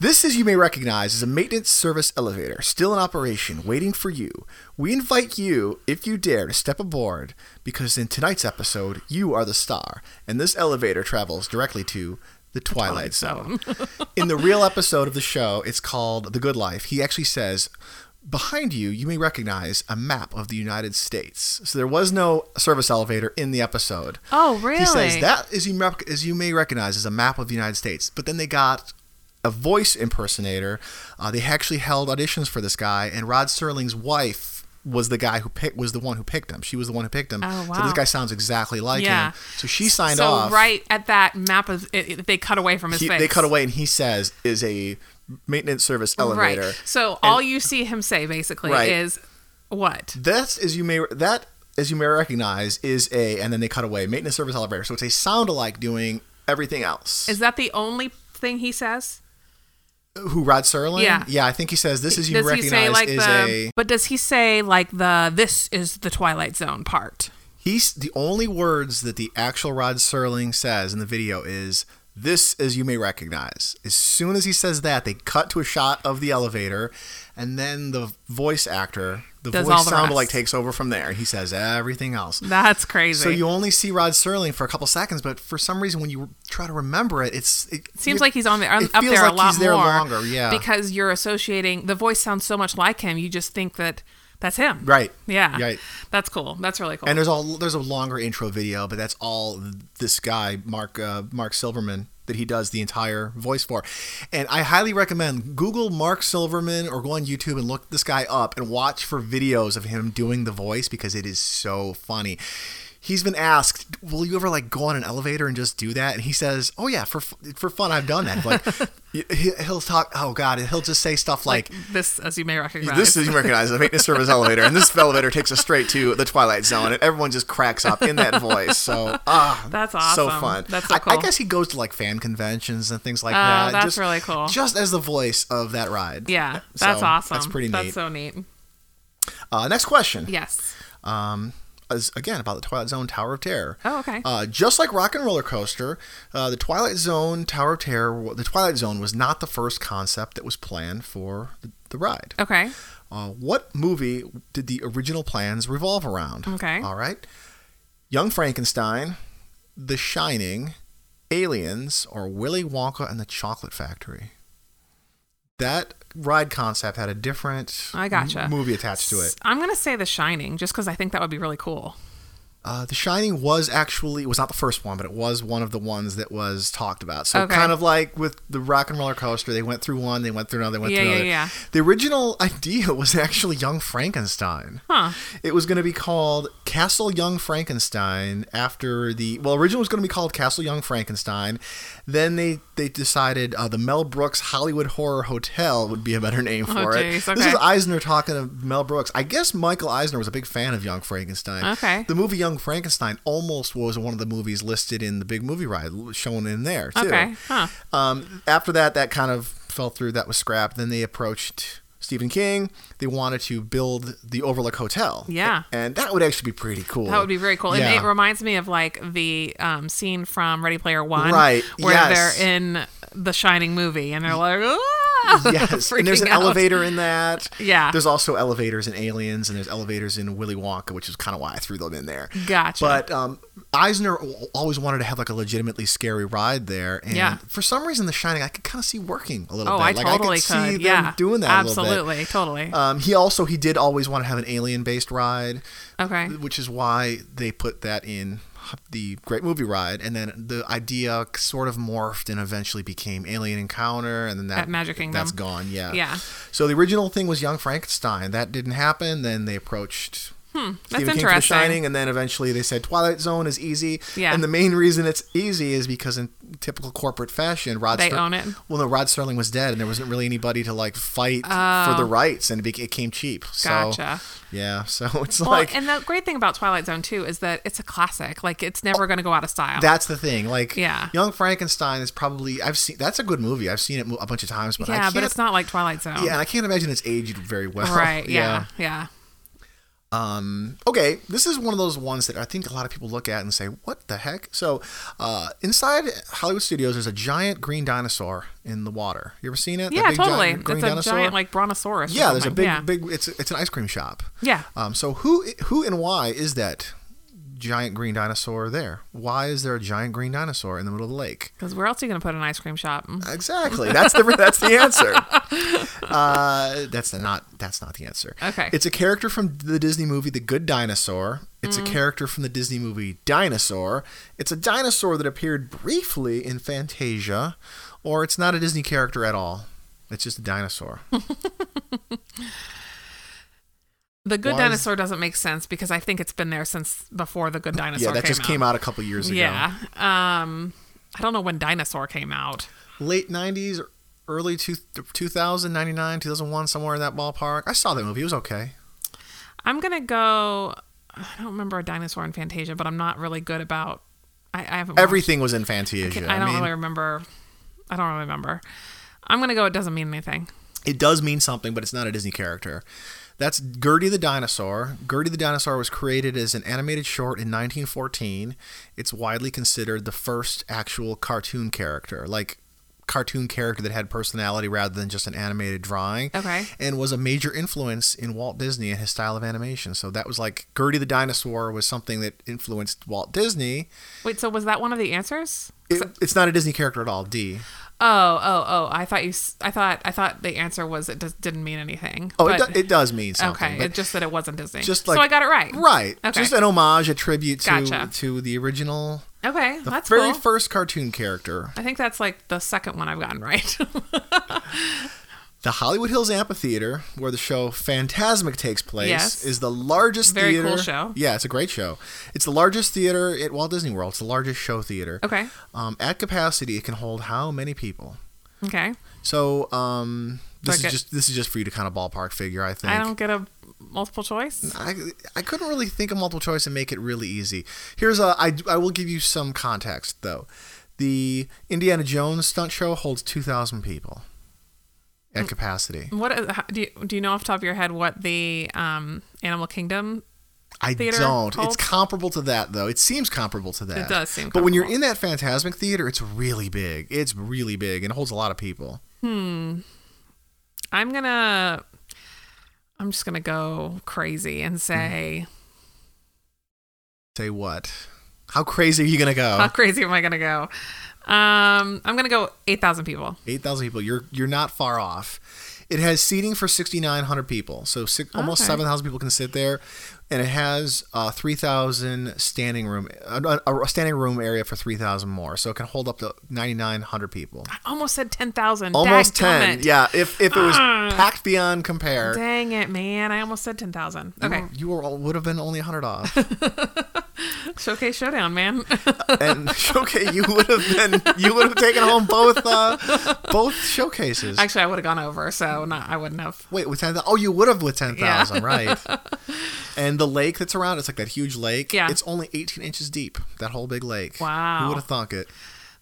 A: This, as you may recognize, is a maintenance service elevator, still in operation, waiting for you. We invite you, if you dare, to step aboard, because in tonight's episode, you are the star, and this elevator travels directly to the Twilight, Zone. in the real episode of the show, it's called The Good Life, he actually says, Behind you, you may recognize a map of the United States. So there was no service elevator in the episode.
B: Oh,
A: He says
B: really?
A: that, as you rec- as you may recognize, is a map of the United States. But then they got a voice impersonator. Uh, they actually held auditions for this guy, and Rod Serling's wife was the guy who picked was the one who picked him. She was the one who picked him.
B: Oh,
A: So
B: wow.
A: this guy sounds exactly like
B: Yeah.
A: him. So she signed
B: so
A: off.
B: right at that map of it, it- they cut away from his
A: He-
B: face.
A: they cut away, and he says is a maintenance service elevator.
B: Right. So all you see him say basically
A: Right.
B: is what?
A: This, as you may that as you may recognize, is a and then they cut away maintenance service elevator. So it's a sound alike doing everything else.
B: Is that the only thing he says?
A: Who Rod Serling?
B: Yeah.
A: yeah. I think he says this is you
B: does
A: recognize
B: he say like um,
A: is
B: the
A: a
B: but does he say like the this is the twilight zone part
A: he's the only words that the actual Rod Serling says in the video is this as you may recognize. As soon as he says that, they cut to a shot of the elevator, and then the voice actor, the
B: Does all
A: voice
B: the
A: sound like
B: rest.
A: takes over from there. He says everything else.
B: that's crazy
A: So you only see Rod Serling for a couple seconds, but for some reason, when you try to remember it, it's it
B: seems
A: you-
B: like he's on there
A: it
B: up
A: feels
B: there
A: like
B: a lot
A: he's there
B: more
A: longer, yeah.
B: because you're associating the voice sounds so much like him you just think that that's him
A: Right.
B: yeah
A: Right.
B: that's cool that's really cool
A: And there's all there's a longer intro video, but that's all this guy Mark uh, Mark Silverman that he does the entire voice for. And I highly recommend Google Mark Silverman or go on YouTube and look this guy up and watch for videos of him doing the voice because it is so funny. He's been asked, "Will you ever like go on an elevator and just do that?" And he says, "Oh yeah, for f- for fun, I've done that." Like he- he'll talk, "Oh god," he'll just say stuff like
B: this as you may recognize
A: this is you recognize the maintenance service elevator, and this elevator takes us straight to the Twilight Zone, and everyone just cracks up in that voice. So ah,
B: That's
A: So
B: awesome.
A: fun.
B: That's so
A: I- I,
B: cool.
A: guess he goes to like fan conventions and things like
B: Oh,
A: that.
B: that's
A: just,
B: really cool.
A: Just as the voice of that ride.
B: yeah
A: So,
B: that's awesome
A: That's pretty neat.
B: that's so neat
A: uh, next question.
B: yes
A: Um, is again about the Twilight Zone Tower of Terror.
B: Oh, okay.
A: Uh, just like Rock and Roller Coaster, uh, the Twilight Zone Tower of Terror, the Twilight Zone was not the first concept that was planned for the, the ride.
B: okay
A: Uh, what movie did the original plans revolve around?
B: Okay.
A: All right. Young Frankenstein, The Shining, Aliens, or Willy Wonka and the Chocolate Factory? That ride concept had a different
B: I gotcha.
A: m- movie attached to it.
B: i'm gonna say the shining just because i think that would be really cool
A: Uh, the Shining was actually it was not the first one, but it was one of the ones that was talked about. So
B: Okay.
A: kind of like with the Rock and Roller Coaster, they went through one, they went through another, they went
B: Yeah,
A: through
B: yeah,
A: another.
B: yeah.
A: The original idea was actually Young Frankenstein.
B: huh
A: It was going to be called Castle Young Frankenstein after the well originally it was going to be called Castle Young Frankenstein. Then they they decided uh, the Mel Brooks Hollywood Horror Hotel would be a better name for it.
B: geez,
A: This is
B: Oh, okay.
A: Eisner talking to Mel Brooks. I guess Michael Eisner was a big fan of Young Frankenstein.
B: Okay.
A: The movie Young Frankenstein almost was one of the movies listed in the big movie ride shown in there too.
B: Okay, huh.
A: Um, after that, that kind of fell through. That was scrapped. Then they approached Stephen King. They wanted to build the Overlook Hotel.
B: Yeah.
A: And that would actually be pretty cool.
B: That would be very cool.
A: Yeah.
B: And it reminds me of like the um, scene from Ready Player One,
A: Right,
B: Where
A: yes.
B: they're in the Shining movie and they're like, ah!
A: Yes, and there's
B: freaking
A: an
B: out.
A: elevator in that.
B: Yeah.
A: there's also elevators in Aliens, and there's elevators in Willy Wonka, which is kind of why I threw them in there.
B: Gotcha.
A: But um, Eisner al- always wanted to have like a legitimately scary ride there, and
B: Yeah.
A: for some reason, The Shining I could kind of see working a little
B: Oh,
A: bit.
B: I
A: like,
B: totally
A: I
B: could.
A: could, see them
B: yeah,
A: doing that a little bit.
B: Absolutely, totally.
A: Um, he also he did always want to have an alien based ride,
B: okay.
A: which is why they put that in the Great Movie Ride, and then the idea sort of morphed and eventually became Alien Encounter, and then that
B: At Magic Kingdom.
A: that's gone. Yeah,
B: Yeah.
A: So the original thing was Young Frankenstein. That didn't happen. Then they approached
B: Hmm, That's
A: Stephen King for The
B: interesting.
A: Shining, and then eventually they said Twilight Zone is easy.
B: Yeah.
A: And the main reason it's easy is because in typical corporate fashion, Rod
B: They
A: Ster-
B: own it.
A: Well, no, Rod Sterling was dead, and there wasn't really anybody to like fight for the rights, and it, bec it came cheap. So,
B: Oh. Gotcha.
A: Yeah, so it's
B: Well,
A: like
B: and the great thing about Twilight Zone too is that it's a classic. Like it's never going to go out of style.
A: that's the thing. Like,
B: Yeah.
A: Young Frankenstein is probably I've seen that's a good movie. I've seen it mo- a bunch of times, but I
B: yeah,
A: can't.
B: but it's not like Twilight Zone.
A: yeah, and I can't imagine it's aged very well.
B: Right. Yeah. Yeah.
A: okay, this is one of those ones that I think a lot of people look at and say, "What the heck?" So, uh, inside Hollywood Studios, there's a giant green dinosaur in the water. You ever seen it? That
B: Yeah.
A: big giant
B: totally.
A: green
B: It's a
A: dinosaur?
B: giant like brontosaurus. or
A: yeah. There's a
B: something.
A: big,
B: yeah.
A: big. It's it's an ice cream shop.
B: Yeah.
A: Um. So who who and why is that giant green dinosaur there? Why is there a giant green dinosaur in the middle of the lake?
B: Because where else are you going to put an ice cream shop?
A: Exactly. That's the that's the answer. Uh, that's not that's not the answer.
B: Okay.
A: It's a character from the Disney movie The Good Dinosaur. It's a
B: Mm.
A: character from the Disney movie Dinosaur. It's a dinosaur that appeared briefly in Fantasia, or it's not a Disney character at all. It's just a dinosaur.
B: The Good
A: Why is-
B: Dinosaur doesn't make sense because I think it's been there since before The Good Dinosaur.
A: yeah, that just came out a couple years ago.
B: Yeah. Um, I don't know when Dinosaur came out.
A: Late 90s, early two, 2000, 99, 2001, somewhere in that ballpark. I saw that movie. It was okay.
B: I'm gonna go. I don't remember a dinosaur in Fantasia, but I'm not really good about. I, I haven't. watched-
A: Everything was in Fantasia.
B: I don't
A: mean,
B: really remember. I don't remember. I'm gonna go. It doesn't mean anything.
A: it does mean something, but it's not a Disney character. That's Gertie the Dinosaur. Gertie the Dinosaur was created as an animated short in 1914. It's widely considered the first actual cartoon character, like cartoon character that had personality rather than just an animated drawing.
B: Okay.
A: And was a major influence in Walt Disney and his style of animation. So that was like Gertie the Dinosaur was something that influenced Walt Disney.
B: Wait. So was that one of the answers?
A: It- it's not a Disney character at all, D.
B: Oh, oh, oh! I thought you. s- I thought. I thought the answer was it does, didn't mean anything.
A: Oh,
B: but-
A: it, do, it does mean something.
B: okay.
A: but-
B: It just that it wasn't Disney.
A: just
B: so
A: like
B: I got it right.
A: right
B: Okay.
A: just an homage a tribute to
B: Gotcha.
A: to the original
B: okay.
A: the
B: that's
A: very
B: cool.
A: first cartoon character
B: I think that's like the second one I've gotten right.
A: the hollywood hills amphitheater where the show phantasmic takes place
B: Yes.
A: is the largest
B: Very
A: theater
B: cool show.
A: yeah it's a great show it's the largest theater at walt disney world it's the largest show theater
B: okay.
A: um, at capacity it can hold how many people
B: Okay.
A: so um this
B: Like
A: is
B: a-
A: just this is just for you to kind of ballpark figure i think
B: I don't get a multiple choice.
A: I, I couldn't really think of multiple choice and make it really easy. Here's a I I will give you some context though. The Indiana Jones stunt show holds 2,000 people
B: Mm.
A: at capacity.
B: What is, how- do you do you know off the top of your head what the um, Animal Kingdom?
A: I
B: Theater
A: don't.
B: holds-
A: It's comparable to that though. It seems comparable to that.
B: It does seem
A: But when you're in
B: comparable.
A: that Phantasmic theater, it's really big. It's really big and it holds a lot of people.
B: Hmm. I'm gonna I'm just gonna go crazy
A: Hmm.
B: and say
A: Say what? How crazy are you gonna go?
B: how crazy am I gonna go? Um, I'm gonna go eight thousand people.
A: Eight thousand people. You're you're not far off. It has seating for sixty nine hundred people, so six, almost
B: Okay.
A: seven thousand people can sit there, and it has uh, three thousand standing room a, a- a standing room area for three thousand more, so it can hold up to ninety nine hundred people.
B: I almost said ten thousand.
A: Almost ten.
B: It.
A: Yeah, if if it was
B: Ah.
A: packed beyond compare,
B: Dang it, man! I almost said ten thousand.
A: you
B: Okay,
A: were- you were all, would have been only hundred off,
B: showcase showdown, man.
A: and okay, you would have been you would have taken home both uh, both showcases.
B: Actually, I would have gone over, so no, I wouldn't have.
A: Wait, with ten thousand? Oh, you would have with ten thousand, right? And the lake that's around, it's like that huge lake.
B: Yeah.
A: it's only eighteen inches deep. That whole big lake.
B: Wow.
A: who would have thunk it?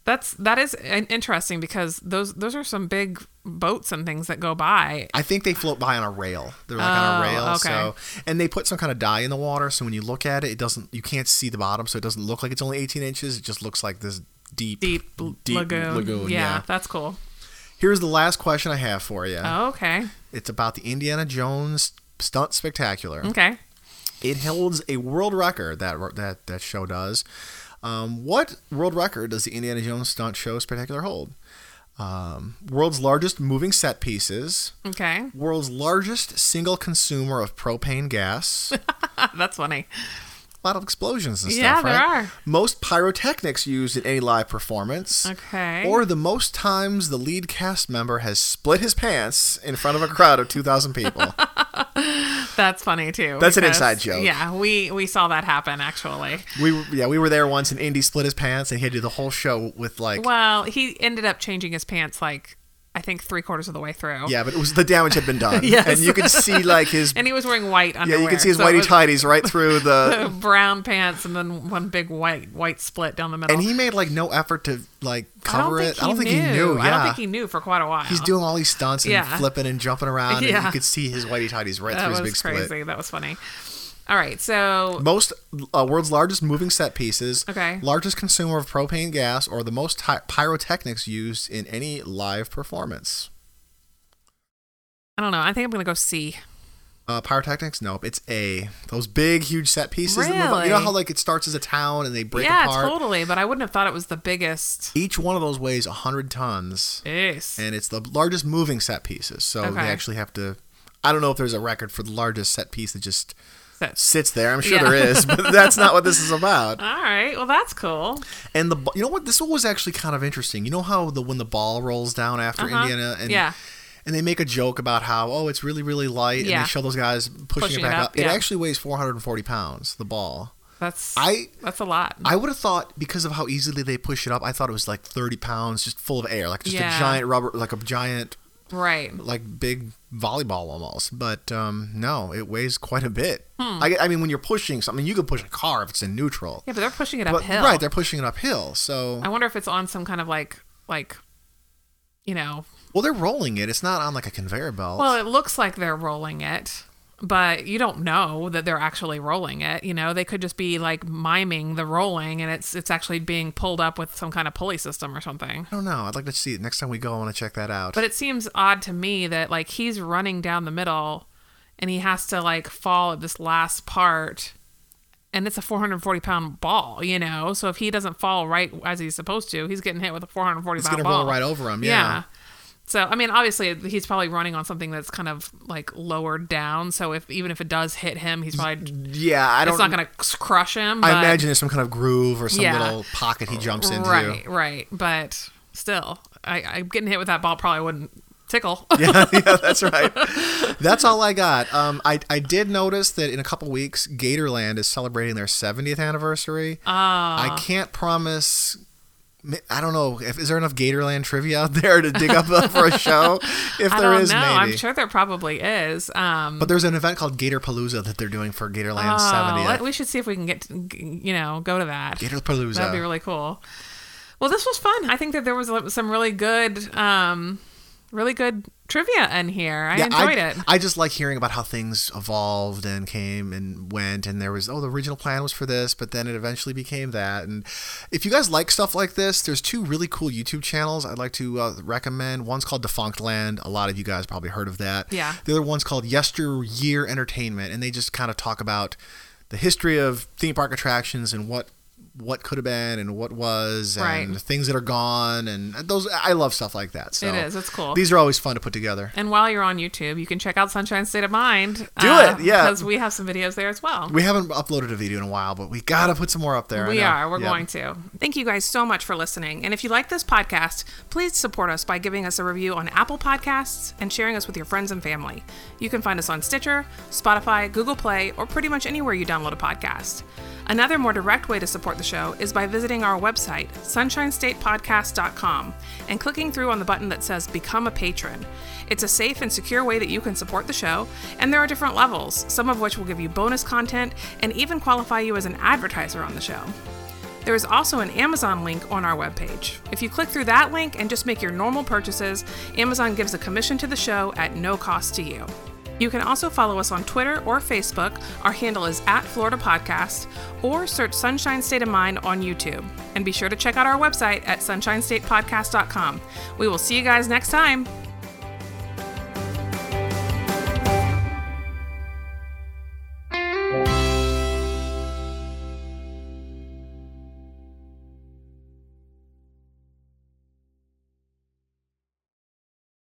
B: That's that is in- interesting because those those are some big boats and things that go by.
A: I think they float by on a rail. They're like on a
B: Oh,
A: rail.
B: okay.
A: So, and they put some kind of dye in the water, so when you look at it, it doesn't. You can't see the bottom, so it doesn't look like it's only eighteen inches. It just looks like this deep,
B: Deep, lagoon. yeah, Oh. that's cool.
A: Here's the last question I have for you.
B: okay,
A: It's about the Indiana Jones stunt spectacular.
B: okay.
A: It holds a world record that that that show does. Um, what world record does the Indiana Jones stunt show spectacular hold? Um, world's largest moving set pieces.
B: Okay,
A: World's largest single consumer of propane gas. a
B: that's funny.
A: lot of explosions and stuff.
B: Yeah, there
A: right?
B: are.
A: Most pyrotechnics used in any live performance.
B: Okay.
A: Or the most times the lead cast member has split his pants in front of a crowd of two thousand people.
B: That's funny too.
A: That's an
B: because-
A: inside joke.
B: Yeah, we we saw that happen actually.
A: We were- yeah, we were there once, and Indy split his pants, and he had to do the whole show with like
B: Well, he ended up changing his pants like I think three quarters of the way through.
A: yeah, but it was the damage had been done,
B: Yes.
A: and you could see like his
B: And he was wearing white
A: yeah,
B: underwear.
A: you could see his
B: so it
A: whitey
B: was
A: tighties right through the,
B: Brown pants and then one big white white split down the middle.
A: and he made like no effort to like cover it. I don't think he knew. Yeah,
B: I don't think he knew for quite a while.
A: he's doing all these stunts and
B: Yeah.
A: flipping and jumping around, and you
B: Yeah.
A: could see his whitey tighties right
B: that
A: through
B: was
A: his big
B: crazy.
A: split.
B: That was funny. All right, so
A: Most uh, world's largest moving set pieces,
B: Okay.
A: largest consumer of propane gas, or the most ty- pyrotechnics used in any live performance.
B: I don't know. I think I'm gonna go see.
A: Uh, pyrotechnics? Nope, it's A. Those big, huge set pieces. That move on. You know
B: Really?
A: how like it starts as a town and they break
B: yeah,
A: apart.
B: totally. But I wouldn't have thought it was the biggest.
A: Each one of those weighs hundred tons,
B: Yes.
A: and it's the largest moving set pieces. So they
B: Okay.
A: actually have to. I don't know if there's a record for the largest set piece that just
B: That's-
A: sits there. I'm sure
B: Yeah.
A: there is, but that's not what this is about.
B: All right. Well, that's cool.
A: And the bu- you know what? This one was actually kind of interesting. You know how the when the ball rolls down after
B: Uh-huh.
A: Indiana and
B: Yeah.
A: And they make a joke about how, oh, it's really, really light, and
B: Yeah.
A: they show those guys pushing,
B: Pushing
A: it
B: it
A: back
B: up,
A: up. It
B: yeah.
A: actually weighs 440 pounds, the ball.
B: That's
A: I-
B: That's a lot.
A: I would have thought because of how easily they push it up, I thought it was like 30 pounds, just full of air, like just a
B: Yeah.
A: giant rubber, like a giant,
B: right.
A: like big volleyball almost. But um, no, it weighs quite a bit.
B: Hmm.
A: I, I mean, when you're pushing something, you could push a car if it's in neutral.
B: Yeah, but they're pushing it
A: But,
B: uphill.
A: right, they're pushing it uphill. So,
B: I wonder if it's on some kind of like like you know
A: well, they're rolling it. It's not on like a conveyor belt.
B: well it looks like they're rolling it but you don't know that they're actually rolling it you know they could just be like miming the rolling and it's it's actually being pulled up with some kind of pulley system or something
A: I don't know. I'd like to see it next time we go. I want to check that out.
B: but it seems odd to me that like he's running down the middle and he has to like fall at this last part and it's a 440 pound ball you know so if he doesn't fall right as he's supposed to he's getting hit with a 440
A: It's
B: pound
A: gonna
B: ball
A: roll right over him, yeah.
B: so i mean obviously he's probably running on something that's kind of like lowered down so if even if it does hit him he's probably
A: yeah, I don't.
B: it's not gonna crush him
A: I
B: but-
A: imagine there's some kind of groove or some
B: Yeah.
A: little pocket he jumps into.
B: right right but still I, I getting hit with that ball probably wouldn't tickle
A: yeah, yeah, that's right. That's all I got. Um, I, I did notice that in a couple weeks, Gatorland is celebrating their 70th anniversary.
B: Ah.
A: I can't promise. I don't know. If, is there enough Gatorland trivia out there to dig up for a show? If
B: I
A: there
B: don't
A: is,
B: know.
A: maybe.
B: I'm sure there probably is. Um,
A: But there's an event called Gatorpalooza that they're doing for Gatorland
B: oh,
A: 70th.
B: let- we should see if we can get, to, g- you know, go to that.
A: Gatorpalooza.
B: That'd be really cool. Well, this was fun. I think that there was li- some really good, um, really good trivia in here. I enjoyed
A: I,
B: it.
A: I just like hearing about how things evolved and came and went. And there was, oh, the original plan was for this, but then it eventually became that. And if you guys like stuff like this, there's two really cool YouTube channels I'd like to uh, recommend. One's called Defunct Land. A lot of you guys probably heard of that.
B: Yeah.
A: The other one's called Yesteryear Entertainment. And they just kind of talk about the history of theme park attractions and what what could have been and what was and
B: Right.
A: things that are gone and those I love stuff like that. So
B: It is. It's cool.
A: These are always fun to put together.
B: And while you're on YouTube, you can check out Sunshine State of Mind. Do
A: it, yeah.
B: Because we have some videos there as well.
A: We haven't uploaded a video in a while, but we gotta put some more up there. I
B: We
A: know.
B: are. We're
A: Yeah.
B: going to. Thank you guys so much for listening. And if you like this podcast, please support us by giving us a review on Apple Podcasts and sharing us with your friends and family. You can find us on Stitcher, Spotify, Google Play, or pretty much anywhere you download a podcast. Another more direct way to support the show is by visiting our website, sunshinestatepodcast.com, and clicking through on the button that says Become a Patron. It's a safe and secure way that you can support the show, and there are different levels, some of which will give you bonus content and even qualify you as an advertiser on the show. There is also an Amazon link on our webpage. If you click through that link and just make your normal purchases, Amazon gives a commission to the show at no cost to you. You can also follow us on Twitter or Facebook. Our handle is at Florida Podcast, or search Sunshine State of Mind on YouTube. And be sure to check out our website at sunshinestatepodcast.com. We will see you guys next time.